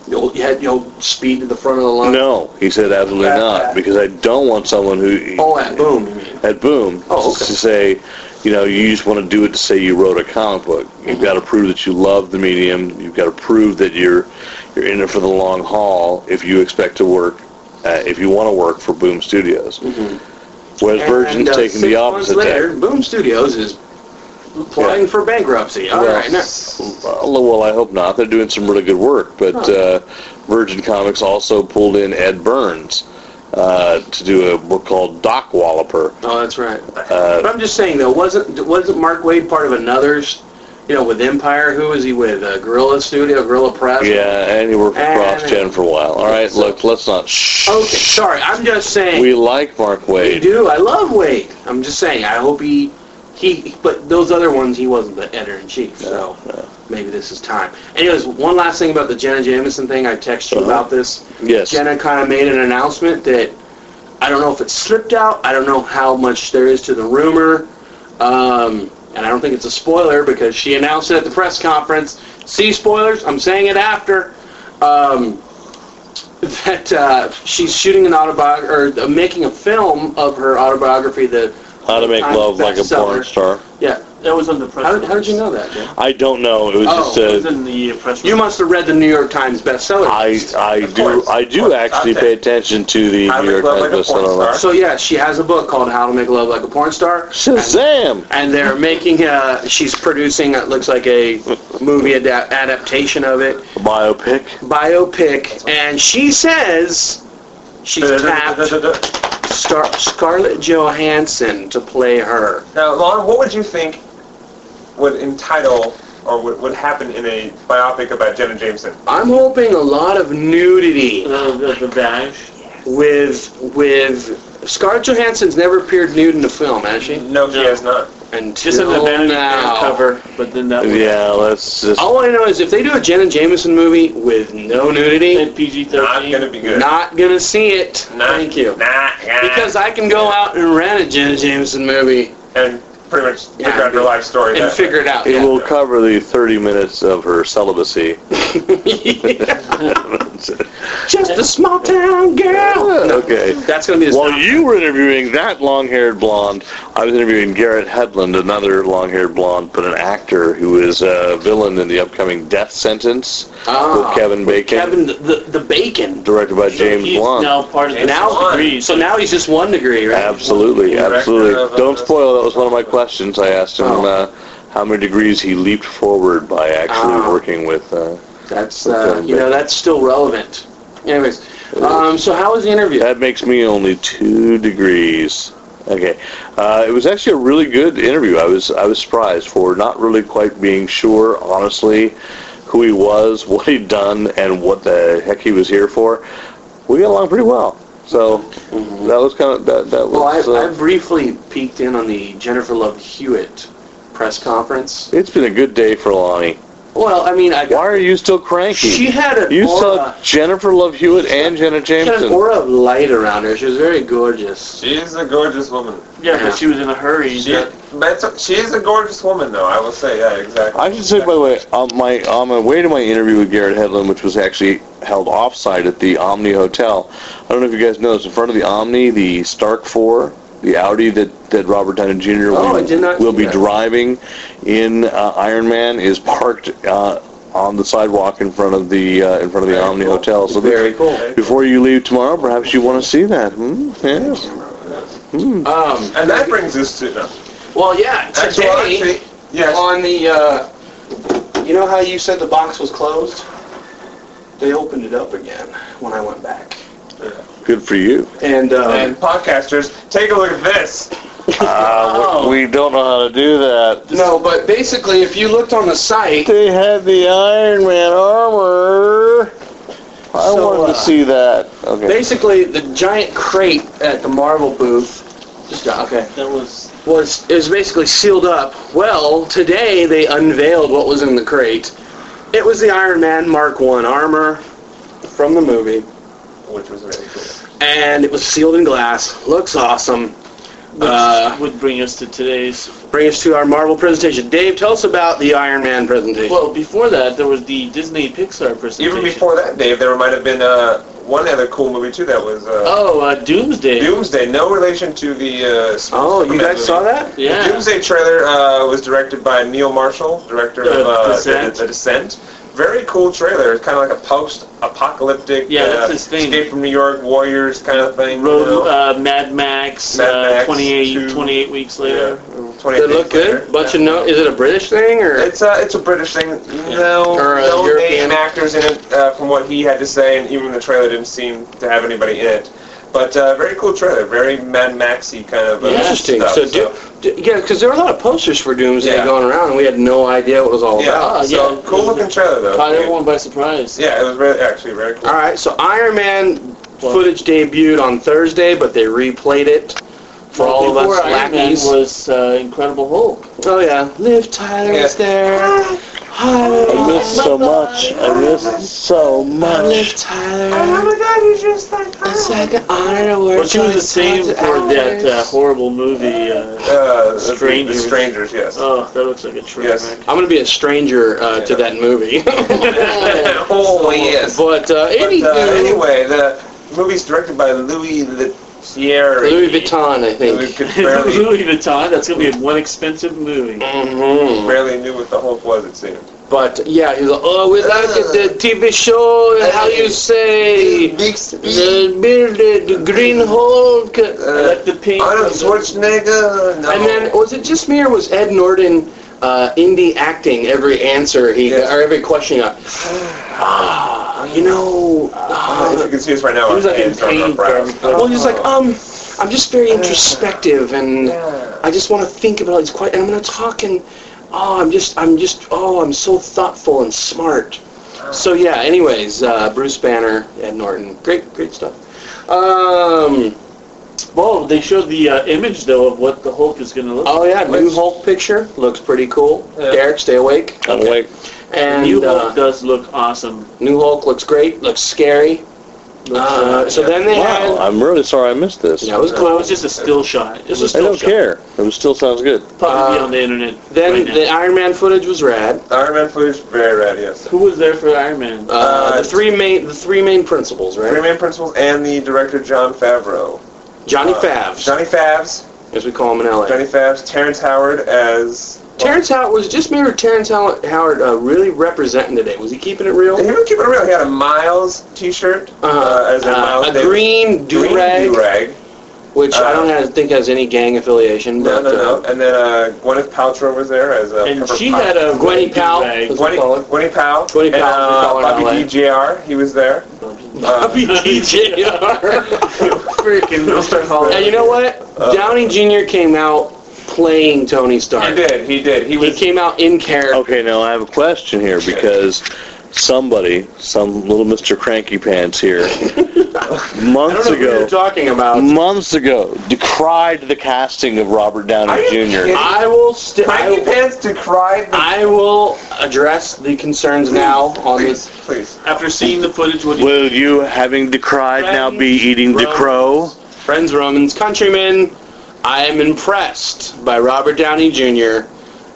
Speaker 2: you'll you had you'll speed to the front of the line.
Speaker 1: no, he said absolutely
Speaker 2: Yeah.
Speaker 1: not because I don't want someone who
Speaker 2: Oh, at boom, you mean?
Speaker 1: at Boom
Speaker 2: Oh,
Speaker 1: just
Speaker 2: okay.
Speaker 1: to say, you know, you just want to do it to say you wrote a comic book.
Speaker 2: Mm-hmm.
Speaker 1: You've got to prove that you love the medium. You've got to prove that you're you're in it for the long haul if you expect to work, uh, if you want to work for Boom Studios. Whereas Virgin's
Speaker 2: Mm-hmm. And, uh,
Speaker 1: taking
Speaker 2: six
Speaker 1: the
Speaker 2: months
Speaker 1: opposite
Speaker 2: later,
Speaker 1: tack.
Speaker 2: Boom Studios is applying
Speaker 1: Yeah.
Speaker 2: for bankruptcy. All
Speaker 1: Well,
Speaker 2: right, now-
Speaker 1: Well, well, I hope not. They're doing some really good work, but uh, Virgin Comics also pulled in Ed Burns, uh, to do a book called Doc Walloper.
Speaker 2: Oh, that's right.
Speaker 1: Uh,
Speaker 2: but I'm just saying though, wasn't wasn't Mark Wade part of another's? You know, with Empire, who was he with? Uh, Gorilla Studio, Gorilla Press.
Speaker 1: Yeah, and he worked for
Speaker 2: And-
Speaker 1: Cross Gen for a while. All right, look, let's not. Shh.
Speaker 2: Okay, sorry. I'm just saying.
Speaker 1: We like Mark
Speaker 2: We
Speaker 1: Wade.
Speaker 2: do. I love Wade. I'm just saying. I hope he, he. But those other ones, he wasn't the editor in chief. So maybe this is time. Anyways, one last thing about the Jenna Jameson thing. I texted you
Speaker 1: Uh-huh.
Speaker 2: about this.
Speaker 1: Yes.
Speaker 2: Jenna kind of made an announcement that I don't know if it slipped out. I don't know how much there is to the rumor. Um, and I don't think it's a spoiler because she announced it at the press conference. See spoilers? I'm saying it after. Um, that uh, she's shooting an autobiography or uh, making a film of her autobiography. That
Speaker 1: How to make
Speaker 2: I'm
Speaker 1: love like a porn
Speaker 2: bestseller.
Speaker 1: star.
Speaker 2: yeah.
Speaker 4: That was on the press.
Speaker 2: How, how did you
Speaker 4: release.
Speaker 2: know that? Dan?
Speaker 1: I don't know. It was
Speaker 2: Oh,
Speaker 1: just
Speaker 2: it
Speaker 4: It was
Speaker 1: a.
Speaker 4: in the uh, press.
Speaker 2: You
Speaker 4: release.
Speaker 2: must have read the New York Times bestseller.
Speaker 1: I I
Speaker 3: Of
Speaker 1: do
Speaker 3: course.
Speaker 1: I do actually pay attention to the
Speaker 3: How to
Speaker 1: New York
Speaker 3: Make Love
Speaker 1: Times
Speaker 3: Like a Porn
Speaker 1: bestseller.
Speaker 2: so yeah, she has a book called How to Make Love Like a Porn Star. And-
Speaker 1: Shazam!
Speaker 2: and they're making uh she's producing it looks like a movie ada- adaptation of it
Speaker 1: Biopic.
Speaker 2: biopic and she says she's tapped Star- Scarlett Johansson to play her
Speaker 3: Now, Lon, what would you think would entitle or would, would happen in a biopic about Jenna Jameson?
Speaker 2: I'm hoping a lot of nudity
Speaker 4: Uh, the, the Vash.
Speaker 2: with with Scarlett Johansson's never appeared nude in a film has she
Speaker 3: No, she has not.
Speaker 4: Just in the
Speaker 2: until
Speaker 4: Vanity Fair
Speaker 2: Oh, now
Speaker 4: cover, but then that was
Speaker 1: Yeah, let's just.
Speaker 2: all I know is if they do a Jen and Jameson movie with no nudity
Speaker 3: Not
Speaker 4: PG-13.
Speaker 3: gonna be good.
Speaker 2: not gonna see it
Speaker 3: Nah,
Speaker 2: thank you
Speaker 3: Nah, nah.
Speaker 2: Because I can go out and rent a Jenna Jameson movie
Speaker 3: and pretty much figure
Speaker 2: Yeah.
Speaker 3: out your life story.
Speaker 2: and
Speaker 3: that way.
Speaker 2: figure it out.
Speaker 1: It
Speaker 2: yeah.
Speaker 1: will cover the 30 minutes of her celibacy.
Speaker 2: Just a small town girl. No,
Speaker 1: okay.
Speaker 2: that's gonna be the
Speaker 1: While
Speaker 2: sound-
Speaker 1: you were interviewing that long-haired blonde, I was interviewing Garrett Hedlund, another long-haired blonde, but an actor who is a villain in the upcoming Death Sentence
Speaker 2: Ah,
Speaker 1: with Kevin Bacon,
Speaker 2: Kevin the, the, the bacon.
Speaker 1: directed by
Speaker 4: So
Speaker 1: James
Speaker 4: he's
Speaker 1: Blunt.
Speaker 4: now part of the
Speaker 3: James
Speaker 4: now
Speaker 3: Blunt.
Speaker 4: degree.
Speaker 2: So now he's just one degree, right?
Speaker 1: Absolutely,
Speaker 3: Director
Speaker 1: absolutely.
Speaker 3: of, uh,
Speaker 1: Don't spoil. That was one of my questions. I asked him
Speaker 2: Oh.
Speaker 1: uh, how many degrees he leaped forward by actually
Speaker 2: Ah.
Speaker 1: working with. Uh,
Speaker 2: That's uh, you know that's still relevant. Anyways, um, so how was the interview?
Speaker 1: That makes me only two degrees. Okay, uh, it was actually a really good interview. I was I was surprised for not really quite being sure, honestly, who he was, what he'd done, and what the heck he was here for. We got along pretty well, so that was kind of that that
Speaker 2: Well, I,
Speaker 1: was.
Speaker 2: I
Speaker 1: uh,
Speaker 2: briefly peeked in on the Jennifer Love Hewitt press conference.
Speaker 1: it's been a good day for Lonnie.
Speaker 2: Well, I mean, I
Speaker 1: Why are you still cranky?
Speaker 2: she had an
Speaker 1: you
Speaker 2: aura.
Speaker 1: saw Jennifer Love Hewitt and Jenna
Speaker 2: She had an
Speaker 1: Jameson.
Speaker 2: aura of light around her. She was very gorgeous.
Speaker 3: She's a gorgeous woman.
Speaker 4: Yeah, but she was in a hurry.
Speaker 3: She, but it's- she is a gorgeous woman, though. I will say, yeah, exactly.
Speaker 1: I should say, by the way, on my on my way to my interview with Garrett Hedlund, which was actually held offsite at the Omni Hotel. I don't know if you guys noticed, in front of the Omni, the Stark Four, the Audi that, that Robert Downey Jr.
Speaker 2: Oh, I
Speaker 1: will,
Speaker 2: did not
Speaker 1: will
Speaker 2: see
Speaker 1: be
Speaker 2: that.
Speaker 1: driving in uh, Iron Man, is parked uh, on the sidewalk in front of the uh, in front of the Omni Hotel. So
Speaker 2: Very cool.
Speaker 1: before you leave tomorrow, perhaps you want to see that. Hmm? Yes. Hmm.
Speaker 2: Um,
Speaker 3: And that brings us to no.
Speaker 2: well, yeah,
Speaker 3: Actually, well,
Speaker 2: today
Speaker 3: actually, yes.
Speaker 2: on the, uh, you know how you said the box was closed? They opened it up again when I went back.
Speaker 1: Good for you.
Speaker 2: And, um,
Speaker 3: And podcasters, take a look at this.
Speaker 1: Uh,
Speaker 2: Oh.
Speaker 1: we we don't know how to do that.
Speaker 2: no, but basically, if you looked on the site,
Speaker 1: They had the Iron Man armor. I
Speaker 2: So,
Speaker 1: wanted
Speaker 2: uh,
Speaker 1: to see that. Okay.
Speaker 2: basically the giant crate at the Marvel booth. Just got, okay.
Speaker 4: That was
Speaker 2: was is basically sealed up. Well, today they unveiled what was in the crate. It was the Iron Man Mark One armor from the movie,
Speaker 3: Which was really cool.
Speaker 2: and it was sealed in glass. Looks awesome.
Speaker 4: which
Speaker 2: Uh,
Speaker 4: would bring us to today's.
Speaker 2: Bring us to our Marvel presentation. Dave, tell us about the Iron Man presentation.
Speaker 4: Well, before that, there was the Disney Pixar presentation.
Speaker 3: Even before that, Dave, there might have been uh, one other cool movie, too, that was uh,
Speaker 4: Oh, uh, Doomsday.
Speaker 3: Doomsday. No relation to the uh, Sp-
Speaker 2: oh, you
Speaker 3: Superman
Speaker 2: guys
Speaker 3: movie.
Speaker 2: saw that?
Speaker 3: The
Speaker 4: yeah.
Speaker 3: Doomsday trailer uh, was directed by Neil Marshall, director
Speaker 4: The
Speaker 3: of uh,
Speaker 4: Descent.
Speaker 3: The, the Descent. Very cool trailer. It's kind of like a post-apocalyptic
Speaker 4: Yeah, that's
Speaker 3: uh,
Speaker 4: his thing.
Speaker 3: Escape from New York, Warriors kind of thing. you
Speaker 4: Road,
Speaker 3: know?
Speaker 4: uh, Mad Max,
Speaker 3: Mad
Speaker 4: uh,
Speaker 3: Max
Speaker 4: 28,
Speaker 3: two.
Speaker 4: 28 weeks
Speaker 3: yeah. 20
Speaker 4: later.
Speaker 2: Did it
Speaker 3: days
Speaker 2: look
Speaker 3: later.
Speaker 2: good? Bunch of no. Is it a British thing or?
Speaker 3: It's a it's a British thing. No,
Speaker 2: Or, uh,
Speaker 3: no
Speaker 2: European.
Speaker 3: name actors in it, uh, from what he had to say, and even the trailer didn't seem to have anybody in it. But uh, very cool trailer, very Mad Maxy kind of uh,
Speaker 2: Interesting.
Speaker 3: stuff.
Speaker 2: so, do, do- yeah, because there were a lot of posters for Doomsday
Speaker 3: Yeah.
Speaker 2: going around, and we had no idea what it was all
Speaker 3: yeah,
Speaker 2: about.
Speaker 3: so
Speaker 2: Oh, yeah.
Speaker 3: cool looking trailer though.
Speaker 2: Caught everyone by surprise.
Speaker 3: Yeah, it was very, actually very cool.
Speaker 2: All right, so Iron Man footage debuted on Thursday, but they replayed it for all of us
Speaker 4: Before Iron Man
Speaker 2: lackeys.
Speaker 4: was uh, Incredible Hulk.
Speaker 2: Oh yeah, Liv Tyler
Speaker 3: Yeah.
Speaker 2: was there.
Speaker 1: I
Speaker 2: Hi,
Speaker 1: missed so much. I missed so much.
Speaker 2: Liv Tyler.
Speaker 3: Oh god, you just like
Speaker 2: It's like an honor to work.
Speaker 4: Well, she was the
Speaker 2: like
Speaker 4: same for
Speaker 2: tons of
Speaker 4: that uh,
Speaker 2: hours.
Speaker 4: horrible movie. Uh,
Speaker 3: uh, the- the
Speaker 4: Strangers.
Speaker 3: strangers, yes.
Speaker 4: oh, that looks like a train
Speaker 3: Yes.
Speaker 4: wreck.
Speaker 2: I'm gonna be a stranger uh, to that movie.
Speaker 3: oh yes.
Speaker 2: But uh,
Speaker 3: But,
Speaker 2: anywho,
Speaker 3: uh, anyway, the movie's directed by Louis Lettieri.
Speaker 2: Louis Vuitton, I
Speaker 3: who
Speaker 2: think.
Speaker 3: could barely,
Speaker 4: Louis Vuitton. That's gonna be one expensive movie.
Speaker 2: hmm
Speaker 3: barely knew what the Hulk was, it seemed.
Speaker 2: But yeah, he's like, oh, we like the TV show. How you say?
Speaker 3: Big speech.
Speaker 2: The build the Green Hulk.
Speaker 4: I
Speaker 3: uh,
Speaker 4: like the pink.
Speaker 3: Arnold
Speaker 4: of the-
Speaker 3: Schwarzenegger. No.
Speaker 2: And then was it just me or was Ed Norton uh, indie acting every answer he
Speaker 3: Yes.
Speaker 2: or every question he got? Ah, you know.
Speaker 3: I don't know Oh, if
Speaker 2: ah.
Speaker 3: you can see us right now.
Speaker 4: He was
Speaker 3: our
Speaker 4: like in
Speaker 3: hands are on our
Speaker 4: pain for
Speaker 3: brows.
Speaker 4: everything.
Speaker 2: well, he's like, um, I'm just very introspective and I just want to think about all these questions. And I'm not talking. Oh, I'm just, I'm just, oh, I'm so thoughtful and smart. So yeah. Anyways, uh, Bruce Banner, Ed Norton, great, great stuff. Um,
Speaker 4: Well, they showed the uh, image though of what the Hulk is gonna look. like.
Speaker 2: oh yeah, new Hulk picture looks pretty cool.
Speaker 3: Yeah.
Speaker 2: Derek, stay awake.
Speaker 1: I'm awake.
Speaker 2: And
Speaker 4: New
Speaker 2: uh,
Speaker 4: Hulk does look awesome.
Speaker 2: New Hulk looks great, looks scary. Uh, so then they
Speaker 1: Wow,
Speaker 2: had.
Speaker 1: I'm really sorry I missed this.
Speaker 2: That was
Speaker 4: Well, it
Speaker 2: close.
Speaker 4: was just a still shot. It was a
Speaker 1: I
Speaker 4: still
Speaker 1: don't
Speaker 4: shot.
Speaker 1: care. It still sounds good.
Speaker 4: Probably
Speaker 2: Uh,
Speaker 4: on the internet.
Speaker 2: Then
Speaker 4: right now.
Speaker 2: the Iron Man footage was rad.
Speaker 3: Iron Man footage, very rad, yes.
Speaker 4: who was there for Iron Man?
Speaker 2: Uh, the three main, the three main principles,
Speaker 3: Three
Speaker 2: right?
Speaker 3: main principals and the director John Favreau.
Speaker 2: Johnny
Speaker 3: Uh,
Speaker 2: Favs,
Speaker 3: Johnny Favs.
Speaker 2: as we call him in LA.
Speaker 3: Johnny Favs. Terrence Howard as.
Speaker 2: Terrence Howard was it just me or Terrence Howard Howard, uh, really representing today? Was he keeping it real?
Speaker 3: He was keeping it real. He had a Miles T-shirt. Uh, as in Miles
Speaker 2: Uh-huh. a
Speaker 3: Davis.
Speaker 2: uh, green do
Speaker 3: Green
Speaker 2: rag,
Speaker 3: do-rag.
Speaker 2: which I don't
Speaker 3: Uh,
Speaker 2: have- think has any gang affiliation.
Speaker 3: No,
Speaker 2: But
Speaker 3: no, no.
Speaker 2: uh,
Speaker 3: And then uh, Gwyneth Paltrow was there as uh,
Speaker 4: and
Speaker 3: Pepper
Speaker 4: she
Speaker 3: Potts.
Speaker 4: had a
Speaker 2: Gwyneth Paltrow.
Speaker 4: do-rag.
Speaker 2: What's it
Speaker 3: Gwyneth,
Speaker 2: called?
Speaker 3: Gwyneth Paltrow.
Speaker 2: Gwyneth
Speaker 3: and,
Speaker 2: Paltrow, we call
Speaker 3: uh,
Speaker 2: her
Speaker 3: Bobby
Speaker 2: in
Speaker 3: DJR. He was there. Um,
Speaker 2: Bobby DJR.
Speaker 4: Freaking Mr. Hall.
Speaker 2: And you know what?
Speaker 3: Uh,
Speaker 2: Downey Jr. came out playing Tony Stark.
Speaker 3: He did. He did. He
Speaker 2: He
Speaker 3: was. Oh,
Speaker 2: came out in character.
Speaker 1: Okay, now I have a question here because somebody, some little Mr. Cranky Pants here,
Speaker 2: I don't
Speaker 1: months
Speaker 2: know who you're
Speaker 1: ago,
Speaker 2: talking about.
Speaker 1: months ago, decried the casting of Robert
Speaker 3: Are
Speaker 1: Downey
Speaker 3: you
Speaker 1: Jr.
Speaker 3: kidding?
Speaker 2: I will st- I,
Speaker 3: Mikey
Speaker 2: will-
Speaker 3: Pants decried the.
Speaker 2: I will address the concerns now on
Speaker 3: Please,
Speaker 2: this.
Speaker 3: please.
Speaker 4: After seeing the footage, what do you
Speaker 1: Will you, having decried, now be eating the crow?
Speaker 2: Friends, Romans, countrymen, I am impressed by Robert Downey Jr.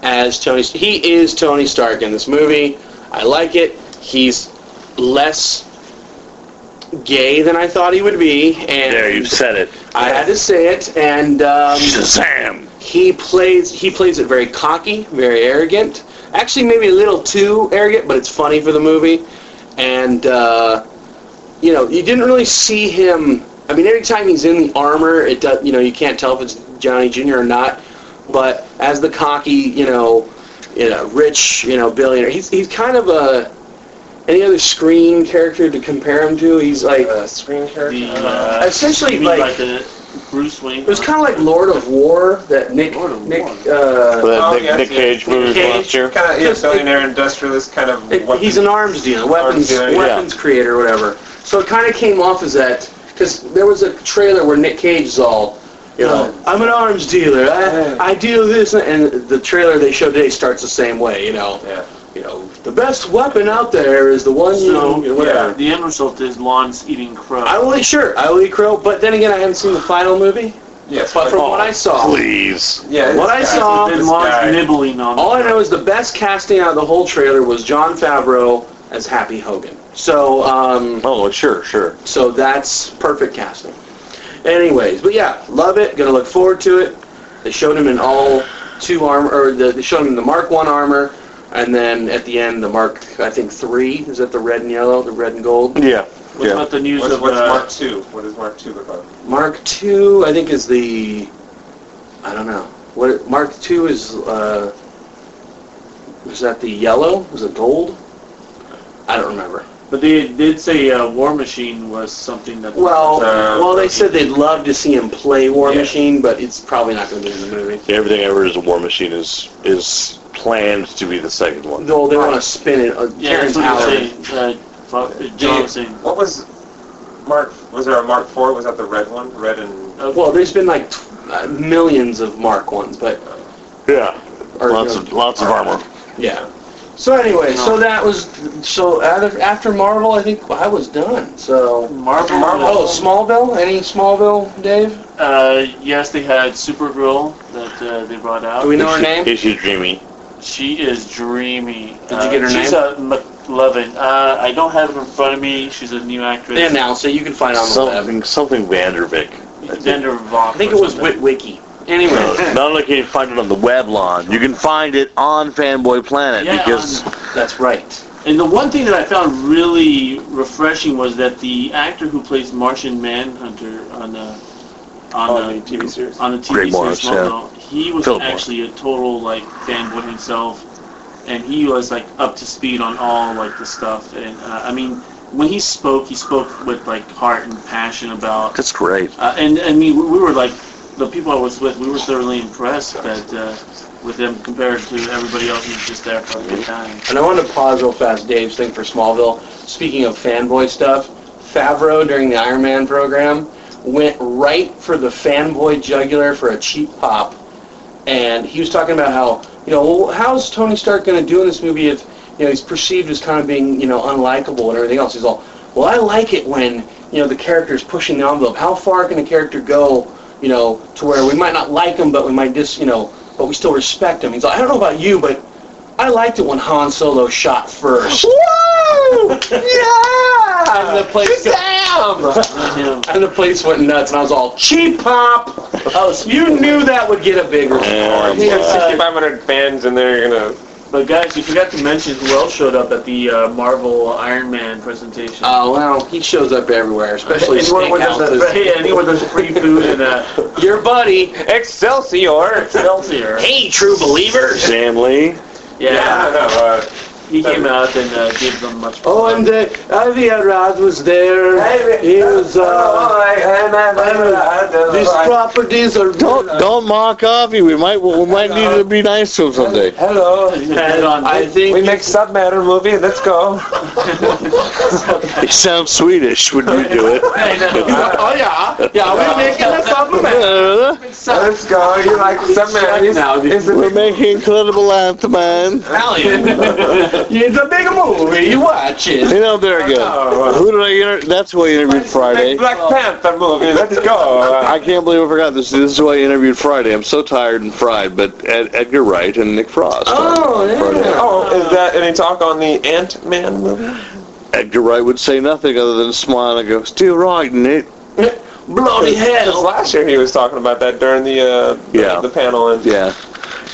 Speaker 2: as Tony. He is Tony Stark in this movie. I like it. He's less gay than I thought he would be, and
Speaker 1: There, you said it.
Speaker 2: I had to say it. And um,
Speaker 1: Shazam!
Speaker 2: he plays he plays it very cocky, very arrogant. Actually, maybe a little too arrogant, but it's funny for the movie. And uh, you know, you didn't really see him. I mean, every time he's in the armor, it does. You know, you can't tell if it's Johnny Jr. or not. But as the cocky, you know, you know, rich, you know, billionaire, he's he's kind of a any other screen character to compare him to. He's like
Speaker 3: Uh, screen character.
Speaker 4: The, uh,
Speaker 2: essentially
Speaker 4: you mean
Speaker 2: like,
Speaker 4: like the Bruce Wayne?
Speaker 2: it was kind of like Lord of War that Nick
Speaker 4: Lord of
Speaker 2: Nick.
Speaker 4: War.
Speaker 2: Uh,
Speaker 1: That
Speaker 3: Oh,
Speaker 1: Nick,
Speaker 3: yes,
Speaker 1: Nick
Speaker 3: yes.
Speaker 1: Cage movie
Speaker 2: Cage.
Speaker 1: last year.
Speaker 3: kind of yeah,
Speaker 2: Just like-
Speaker 3: billionaire industrialist kind of.
Speaker 2: It-
Speaker 3: weapon-
Speaker 2: he's an arms dealer,
Speaker 3: Arms
Speaker 2: weapons,
Speaker 3: dealer, yeah.
Speaker 2: weapons creator, whatever. So it kind of came off as that, because there was a trailer where Nick Cage is all, you know, I'm an arms dealer. I, I deal this, and the trailer they showed today starts the same way. You know,
Speaker 3: Yeah.
Speaker 2: you know, the best weapon out there is the one you
Speaker 4: So,
Speaker 2: know, whatever.
Speaker 4: yeah, the end result is Lon's eating crow.
Speaker 2: I will eat sure, I will eat crow. But then again, I haven't seen the final movie.
Speaker 3: Yes.
Speaker 2: But from what I saw,
Speaker 1: Please.
Speaker 3: yeah.
Speaker 2: what
Speaker 3: this
Speaker 2: I
Speaker 3: guy.
Speaker 2: saw-
Speaker 4: then
Speaker 3: This
Speaker 4: Lon's
Speaker 3: guy.
Speaker 4: nibbling on
Speaker 2: all I know is the best casting out of the whole trailer was John Favreau as Happy Hogan. So. um...
Speaker 1: Oh, sure, sure.
Speaker 2: So that's perfect casting. Anyways, but yeah, love it. Gonna look forward to it. They showed him in all two armor, or the, they showed him in the Mark One armor, and then at the end the Mark, I think three. Is that the red and yellow, the red and gold?
Speaker 1: Yeah.
Speaker 4: What
Speaker 1: yeah.
Speaker 4: about the news
Speaker 3: What's,
Speaker 4: of
Speaker 3: what's
Speaker 4: uh,
Speaker 3: Mark Two? What does Mark Two look like?
Speaker 2: Mark Two, I think is the, I don't know. What Mark Two is? Uh, is that the yellow? Is it gold? I don't remember.
Speaker 4: But they did say uh, War Machine was something that.
Speaker 2: Well,
Speaker 3: Uh,
Speaker 2: well, they said they'd love to see him play War
Speaker 6: Yeah.
Speaker 2: Machine, but it's probably not going to be in the movie.
Speaker 1: Everything ever is a War Machine is is planned to be the second one.
Speaker 2: Though they want to spin it. Uh,
Speaker 4: yeah,
Speaker 2: Terrence
Speaker 4: that's what
Speaker 2: Howard.
Speaker 4: they said. Uh, fuck, uh, John was saying.
Speaker 3: What was Mark? Was there a Mark Four? Was that the red one? Red and
Speaker 4: Uh,
Speaker 2: Well, there's been like t- uh, millions of Mark ones, but uh,
Speaker 1: Yeah,
Speaker 2: or,
Speaker 1: lots
Speaker 2: uh,
Speaker 1: of lots of armor.
Speaker 2: yeah. So anyway, so that was so after, after Marvel, I think I was done. So
Speaker 4: Marvel.
Speaker 2: oh, Smallville? Any Smallville, Dave?
Speaker 4: Uh, yes, they had Supergirl that uh, they brought out.
Speaker 2: Do we know her name?
Speaker 1: Is she dreamy?
Speaker 4: She is dreamy. Did
Speaker 2: you get her
Speaker 4: she's
Speaker 2: name?
Speaker 4: a McLovin. Uh, I don't have it in front of me. She's a new actress.
Speaker 2: They announced it. You can find it on the web.
Speaker 1: Something something Vanderbick.
Speaker 4: Vander Vogt
Speaker 2: I think
Speaker 4: or
Speaker 2: it was
Speaker 4: something.
Speaker 2: Witwiki. Anyway,
Speaker 1: No, not only can you find it on the weblon, you can find it on Fanboy Planet
Speaker 4: Yeah,
Speaker 1: because
Speaker 2: that's right.
Speaker 4: And the one thing that I found really refreshing was that the actor who plays Martian Manhunter on the on
Speaker 3: oh, the
Speaker 4: the
Speaker 3: TV series.
Speaker 4: on the TV
Speaker 1: Greg
Speaker 4: series
Speaker 1: Morris, yeah.
Speaker 4: Smallville, he was
Speaker 1: Philip Morris.
Speaker 4: actually a total like fanboy himself, and he was like up to speed on all like the stuff. And uh, I mean, when he spoke, he spoke with like heart and passion about
Speaker 1: that's great.
Speaker 4: Uh, and I mean, we, we were like the people I was with. We were thoroughly impressed that uh, with them compared to everybody else who's just there for a good time.
Speaker 2: And I want to pause real fast Dave's thing for Smallville. Speaking of fanboy stuff, Favreau during the Iron Man program went right for the fanboy jugular for a cheap pop. And he was talking about how, you know, well, how's Tony Stark going to do in this movie if, you know, he's perceived as kind of being, you know, unlikable and everything else. He's all, well, I like it when, you know, the character's pushing the envelope. How far can a character go, you know, to where we might not like him, but we might just, you know, but we still respect him. He's like, I don't know about you, but I liked it when Han Solo shot first. Woo! yeah! And the place
Speaker 4: Him.
Speaker 2: and the place went nuts, and I was all cheap pop. Oh, so you knew that would get a big
Speaker 1: Yeah.
Speaker 2: response.
Speaker 3: You got 6,500 fans in there. You're gonna.
Speaker 4: But guys, you forgot to mention who else showed up at the uh, Marvel Iron Man presentation.
Speaker 2: Oh well, he shows up everywhere, especially
Speaker 4: anyone with
Speaker 2: steakhouses.
Speaker 4: there's, hey, anyone with there's free food and uh,
Speaker 2: Your buddy,
Speaker 3: Excelsior.
Speaker 4: Excelsior.
Speaker 2: hey, true believers.
Speaker 1: Sam Lee.
Speaker 4: Yeah,
Speaker 3: Yeah, no, uh,
Speaker 4: he came out and uh, gave them much.
Speaker 2: Oh, and uh, Avi Arad was there. He was. Uh, these properties are
Speaker 1: Don't don't mock Avi. We might we might need to be nice to him someday.
Speaker 3: Hello.
Speaker 4: Head on.
Speaker 2: I
Speaker 3: We
Speaker 2: think
Speaker 3: make Submatter movie. Let's go.
Speaker 1: He sounds Swedish when you do it.
Speaker 2: Oh yeah, yeah, we're making a supplement.
Speaker 1: Uh,
Speaker 3: Let's go. You like Submatter? He's,
Speaker 2: Now,
Speaker 3: he's the
Speaker 1: We're making incredible Ant-Man.
Speaker 2: Italian. it's a big movie. You watch it.
Speaker 1: You know, there you go. Who did I inter- That's who I interviewed Friday.
Speaker 3: big Black Panther movie. Let's go.
Speaker 1: I can't believe I forgot this. This is who I interviewed Friday. I'm so tired and fried, but Ed, Edgar Wright and Nick Frost.
Speaker 2: Oh, yeah.
Speaker 3: oh, is that any talk on the Ant Man movie?
Speaker 1: Edgar Wright would say nothing other than smile and go, still writing it.
Speaker 2: Bloody
Speaker 3: Because
Speaker 2: hell.
Speaker 3: last year he was talking about that during the uh, the-
Speaker 1: Yeah.
Speaker 3: the, panel and
Speaker 1: Yeah.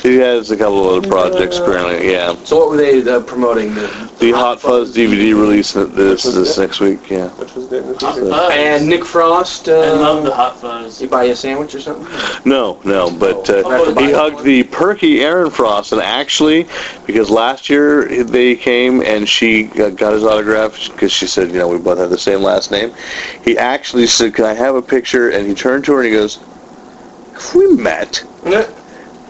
Speaker 1: He has a couple other projects apparently, yeah.
Speaker 2: So what were they uh, promoting? The,
Speaker 1: The Hot Fuzz DVD release that this this next week, yeah.
Speaker 3: which was good. Which
Speaker 4: Hot
Speaker 3: was good.
Speaker 4: Fuzz.
Speaker 2: and Nick Frost. Uh,
Speaker 4: I love the hot fuzz.
Speaker 2: You buy you a sandwich or something?
Speaker 1: No, no, but
Speaker 4: Oh,
Speaker 1: uh,
Speaker 4: oh,
Speaker 1: he hugged the perky Aaron Frost, and actually, because last year they came and she uh, got got his autograph because she said, you know, we both have the same last name. He actually said, "Can I have a picture?" And he turned to her and he goes, "Have we met?"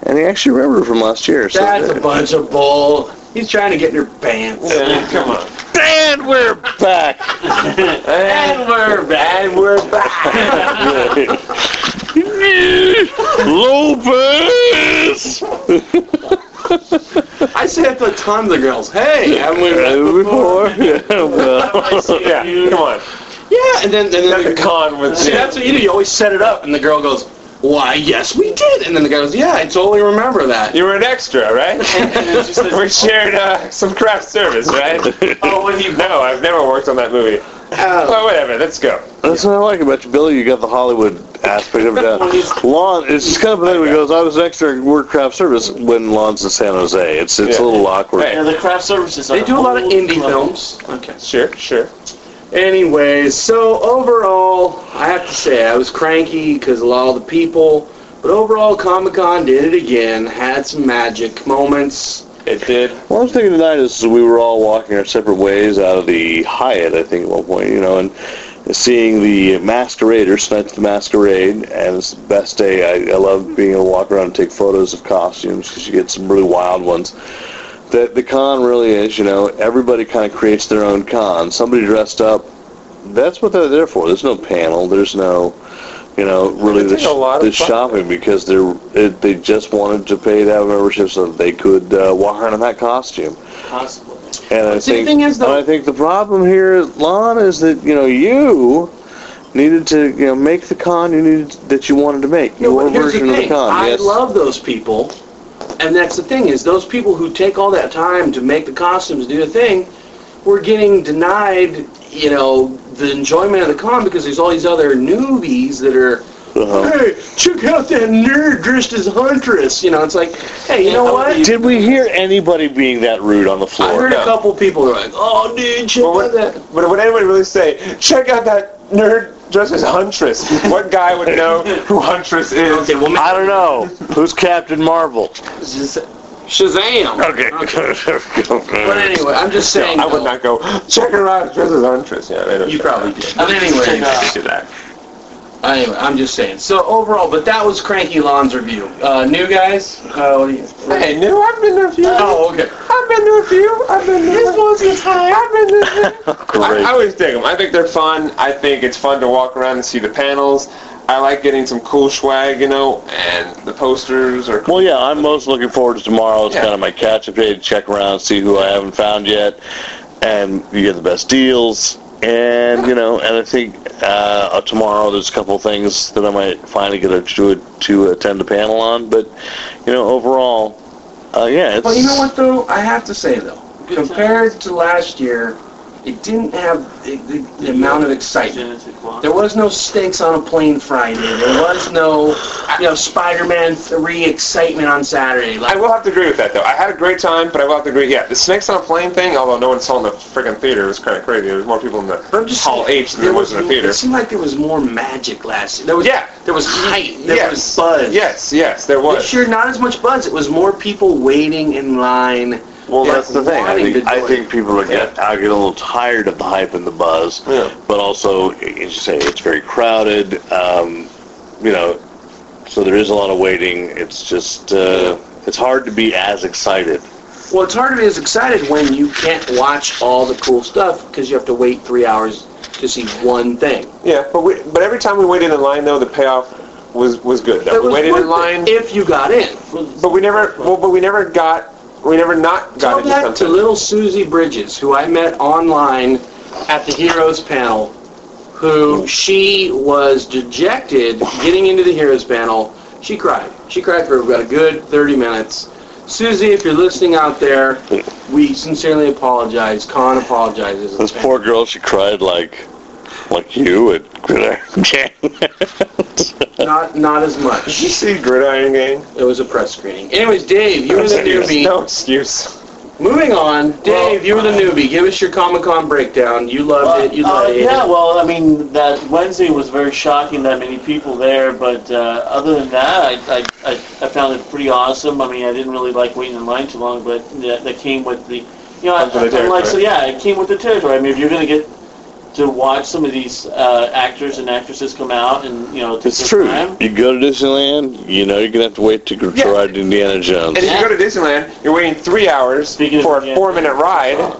Speaker 1: And he actually remembered her from last year. So
Speaker 2: That's a bunch of bull. He's trying to get in your pants.
Speaker 3: Yeah, come on.
Speaker 1: and we're back.
Speaker 2: And we're back. And we're back.
Speaker 1: Lopez.
Speaker 2: I say that to tons of girls. Hey, haven't we met
Speaker 1: Before,
Speaker 2: before?
Speaker 1: yeah, well,
Speaker 3: Yeah, come on.
Speaker 2: Yeah, and then and then
Speaker 3: That's a con with
Speaker 2: See, that's what you do. You always set it up, and the girl goes, "Why? Yes, we did." And then the guy goes, "Yeah, I totally remember that."
Speaker 3: You were an extra, right? we shared uh, some craft service, right? oh, when you know, I've never worked on that movie.
Speaker 2: Uh,
Speaker 3: Well, whatever. Let's go.
Speaker 1: That's what I like about you, Billy. You got the Hollywood aspect of that. Lon, it's just kind of a thing that goes, I was an extra in Word Craft Service when Lon's in San Jose. It's it's a
Speaker 3: Yeah.
Speaker 1: little awkward.
Speaker 3: Hey.
Speaker 4: Yeah, the craft services.
Speaker 2: they
Speaker 4: are
Speaker 2: do a lot of
Speaker 4: whole
Speaker 2: indie
Speaker 4: level.
Speaker 2: films. Okay.
Speaker 3: Sure, sure.
Speaker 2: Anyways, so overall, I have to say I was cranky because of all the people, but overall Comic Con did it again, had some magic moments,
Speaker 3: It did.
Speaker 1: Well, I was thinking tonight is we were all walking our separate ways out of the Hyatt, I think, at one point, you know, and seeing the masqueraders, tonight's the masquerade, and it's the best day. I, I love being able to walk around and take photos of costumes because you get some really wild ones. The, the con really is, you know, everybody kind of creates their own con. Somebody dressed up, that's what they're there for. There's no panel, there's no, you know, really
Speaker 3: It's
Speaker 1: the,
Speaker 3: like
Speaker 1: sh-
Speaker 3: a lot of
Speaker 1: the
Speaker 3: fun.
Speaker 1: shopping because they're, it, they just wanted to pay that membership so that they could uh, walk around in that costume.
Speaker 7: Possibly.
Speaker 1: And I
Speaker 7: See, the
Speaker 1: think,
Speaker 7: thing is, though-
Speaker 1: and I think the problem here, Lon, is that you know you needed to you know make the con you needed that you wanted to make
Speaker 2: No,
Speaker 1: your
Speaker 2: but here's
Speaker 1: version of the
Speaker 2: thing.
Speaker 1: con.
Speaker 2: I
Speaker 1: yes.
Speaker 2: love those people, and that's the thing is those people who take all that time to make the costumes, do the thing, we're getting denied, you know, the enjoyment of the con because there's all these other newbies that are.
Speaker 1: Uh-huh.
Speaker 2: Hey, check out that nerd dressed as huntress. You know, it's like, hey, you
Speaker 1: oh,
Speaker 2: know what?
Speaker 1: Did we hear anybody being that rude on the
Speaker 2: I
Speaker 1: floor?
Speaker 2: heard a
Speaker 3: No.
Speaker 2: couple people were like, "Oh, dude, check
Speaker 3: Well, what-
Speaker 2: out that."
Speaker 3: But would anybody really say, check out that nerd dressed as Huntress? what guy would know who Huntress is?
Speaker 2: Okay, well,
Speaker 1: I don't know. Who's Captain Marvel?
Speaker 2: Shazam.
Speaker 1: Okay.
Speaker 2: But anyway, I'm just
Speaker 3: No,
Speaker 2: saying.
Speaker 3: I would
Speaker 2: though,
Speaker 3: not go, check her out dressed as Huntress. Yeah, they don't
Speaker 2: You
Speaker 3: say
Speaker 2: probably
Speaker 3: that.
Speaker 2: did. Uh, But anyway.
Speaker 3: They do that.
Speaker 2: Anyway, I'm just saying. So overall, but that was Cranky Lon's review. Uh, new guys? Uh, what do you?
Speaker 3: Hey, no, I've been to a few.
Speaker 2: Oh, okay.
Speaker 3: I've been to a few. I've been to This was his time. I've been to I, I
Speaker 1: Great.
Speaker 3: always dig them. I think they're fun. I think it's fun to walk around and see the panels. I like getting some cool swag, you know, and the posters are cool.
Speaker 1: Well, yeah, I'm most looking forward to tomorrow. It's
Speaker 3: Yeah.
Speaker 1: kind of my catch-up day to check around, see who I haven't found yet, and you get the best deals. And you know, and I think uh, tomorrow there's a couple things that I might finally get a, to to attend a panel on. But you know, overall, uh, yeah, it's
Speaker 2: But you know what though? I have to say though, compared to last year, it didn't have the, the, the amount of excitement. There was no steaks on a plane Friday. There was no, you know, Spider-Man three excitement on Saturday.
Speaker 3: I
Speaker 2: Like,
Speaker 3: will have to agree with that, though. I had a great time, but I will have to agree. Yeah, the snakes on a plane thing, although no one saw it in the freaking theater, it was kind of crazy. There was more people in the
Speaker 2: I'm just
Speaker 3: Hall
Speaker 2: saying,
Speaker 3: H than there was in the theater.
Speaker 2: It seemed like there was more magic last year. There was,
Speaker 3: Yeah.
Speaker 2: There was hype. There
Speaker 3: Yes.
Speaker 2: was buzz.
Speaker 3: Yes, yes, there was.
Speaker 2: This year, not as much buzz. It was more people waiting in line.
Speaker 1: Well, that's the thing. I
Speaker 2: wanting
Speaker 1: think,
Speaker 2: to
Speaker 1: I
Speaker 2: join.
Speaker 1: think people are get, I get a little tired of the hype and the buzz,
Speaker 3: Yeah.
Speaker 1: but also, as you say, it's very crowded. Um, you know, so there is a lot of waiting. It's just uh, it's hard to be as excited.
Speaker 2: Well, it's hard to be as excited when you can't watch all the cool stuff because you have to wait three hours to see one thing.
Speaker 3: Yeah, but we, but every time we waited in line, though, the payoff was was good. Though.
Speaker 2: It
Speaker 3: we
Speaker 2: was
Speaker 3: waited
Speaker 2: worth
Speaker 3: in
Speaker 2: it
Speaker 3: line,
Speaker 2: If you got in.
Speaker 3: but we never well, but we never got we never not got
Speaker 2: Tell
Speaker 3: into
Speaker 2: that to
Speaker 3: something.
Speaker 2: little Susie Bridges, who I met online at the Heroes panel, who she was dejected getting into the Heroes panel. She cried. She cried for about a good 30 minutes. Susie, if you're listening out there, we sincerely apologize. Con apologizes.
Speaker 1: This poor girl, she cried like like you at
Speaker 2: Not, not as much.
Speaker 3: Did you see Gridiron Gang?
Speaker 2: It was a press screening. Anyways, Dave, you were the
Speaker 3: There's
Speaker 2: newbie.
Speaker 3: no excuse.
Speaker 2: Moving on, Dave, you were the newbie. Give us your Comic Con breakdown. You loved it. You
Speaker 4: Uh,
Speaker 2: loved it.
Speaker 4: yeah, well, I mean, that Wednesday was very shocking that many people there, but uh, other than that, I, I, I, I found it pretty awesome. I mean, I didn't really like waiting in line too long, but that, that came with the, you know, I,
Speaker 3: Comes with the
Speaker 4: I'm like, so
Speaker 3: territory.
Speaker 4: yeah, it came with the territory. I mean, if you're going to get to watch some of these uh, actors and actresses come out and, you know, take
Speaker 1: It's
Speaker 4: their
Speaker 1: true.
Speaker 4: time.
Speaker 1: You go to Disneyland, you know you're gonna have to wait to go
Speaker 3: Yeah.
Speaker 1: ride Indiana Jones.
Speaker 3: And if you go to Disneyland, you're waiting three hours
Speaker 4: Speaking of- Oh.
Speaker 3: for a
Speaker 4: yeah.
Speaker 3: four-minute ride.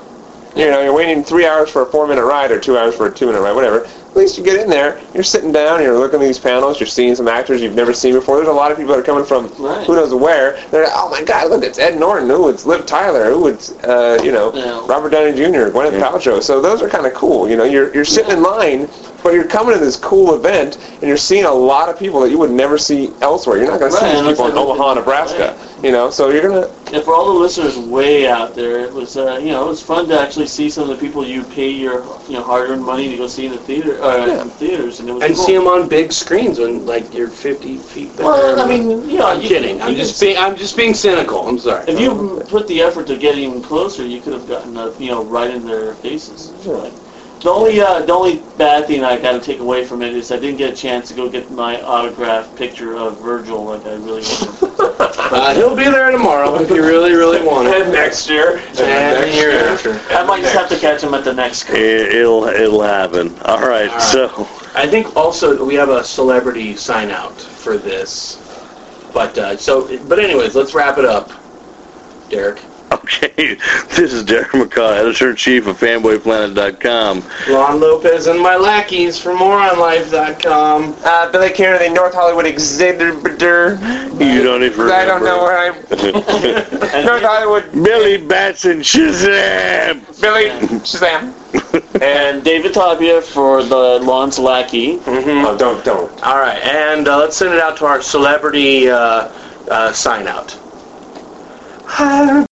Speaker 3: You know, you're waiting three hours for a four-minute ride or two hours for a two-minute ride, whatever. At least you get in there, you're sitting down, you're looking at these panels, you're seeing some actors you've never seen before. There's a lot of people that are coming from
Speaker 4: Right.
Speaker 3: who knows where. They're like, oh my God, look, it's Ed Norton, ooh, it's Liv Tyler, ooh, it's uh, you know
Speaker 4: Yeah.
Speaker 3: Robert Downey Jr., Gwyneth
Speaker 1: Yeah.
Speaker 3: Paltrow. So those are kind of cool. You know, you're you're sitting in line, but you're coming to this cool event and you're seeing a lot of people that you would never see elsewhere. You're not going to
Speaker 4: Right,
Speaker 3: see
Speaker 4: and
Speaker 3: these people
Speaker 4: it's
Speaker 3: in
Speaker 4: like-
Speaker 3: Omaha, Nebraska. You know, so you're gonna
Speaker 4: And for all the listeners way out there, it was uh, you know it was fun to actually see some of the people you pay your you know hard-earned money to go see in the theater uh,
Speaker 3: Yeah.
Speaker 4: in theaters, and it was
Speaker 2: and
Speaker 4: cool.
Speaker 2: see them on big screens when like you're 50 feet back.
Speaker 4: Well, I mean, you know,
Speaker 2: I'm
Speaker 4: you-
Speaker 2: kidding. I'm
Speaker 4: you
Speaker 2: just
Speaker 4: could-
Speaker 2: being I'm just being cynical. I'm sorry.
Speaker 4: If you put the effort to get even closer, you could have gotten uh, you know right in their faces. Like, The only uh, the only bad thing I got to take away from it is I didn't get a chance to go get my autograph picture of Virgil like I really wanted.
Speaker 2: Uh, he'll be there tomorrow if you really, really want it.
Speaker 3: And next year. And
Speaker 2: And the year after.
Speaker 4: I might just have to catch him at the next.
Speaker 1: It, it'll it'll happen. All right,
Speaker 2: right.
Speaker 1: so
Speaker 2: I think also we have a celebrity sign out for this. But uh, so, but anyways, let's wrap it up, Derek.
Speaker 1: okay, this is Derek McCaw, editor in chief of FanboyPlanet.com.
Speaker 2: Lon Lopez and my lackeys for moronlife.com.
Speaker 3: Uh, Billy Karen, the North Hollywood exhibitor.
Speaker 1: You don't even remember.
Speaker 3: I don't know where I'm. North Hollywood.
Speaker 1: Billy Batson Shazam.
Speaker 3: Billy Shazam.
Speaker 4: And David Tapia for the Lon's Lackey.
Speaker 3: Oh, don't, don't.
Speaker 2: All right, and uh, let's send it out to our celebrity uh, uh, sign out.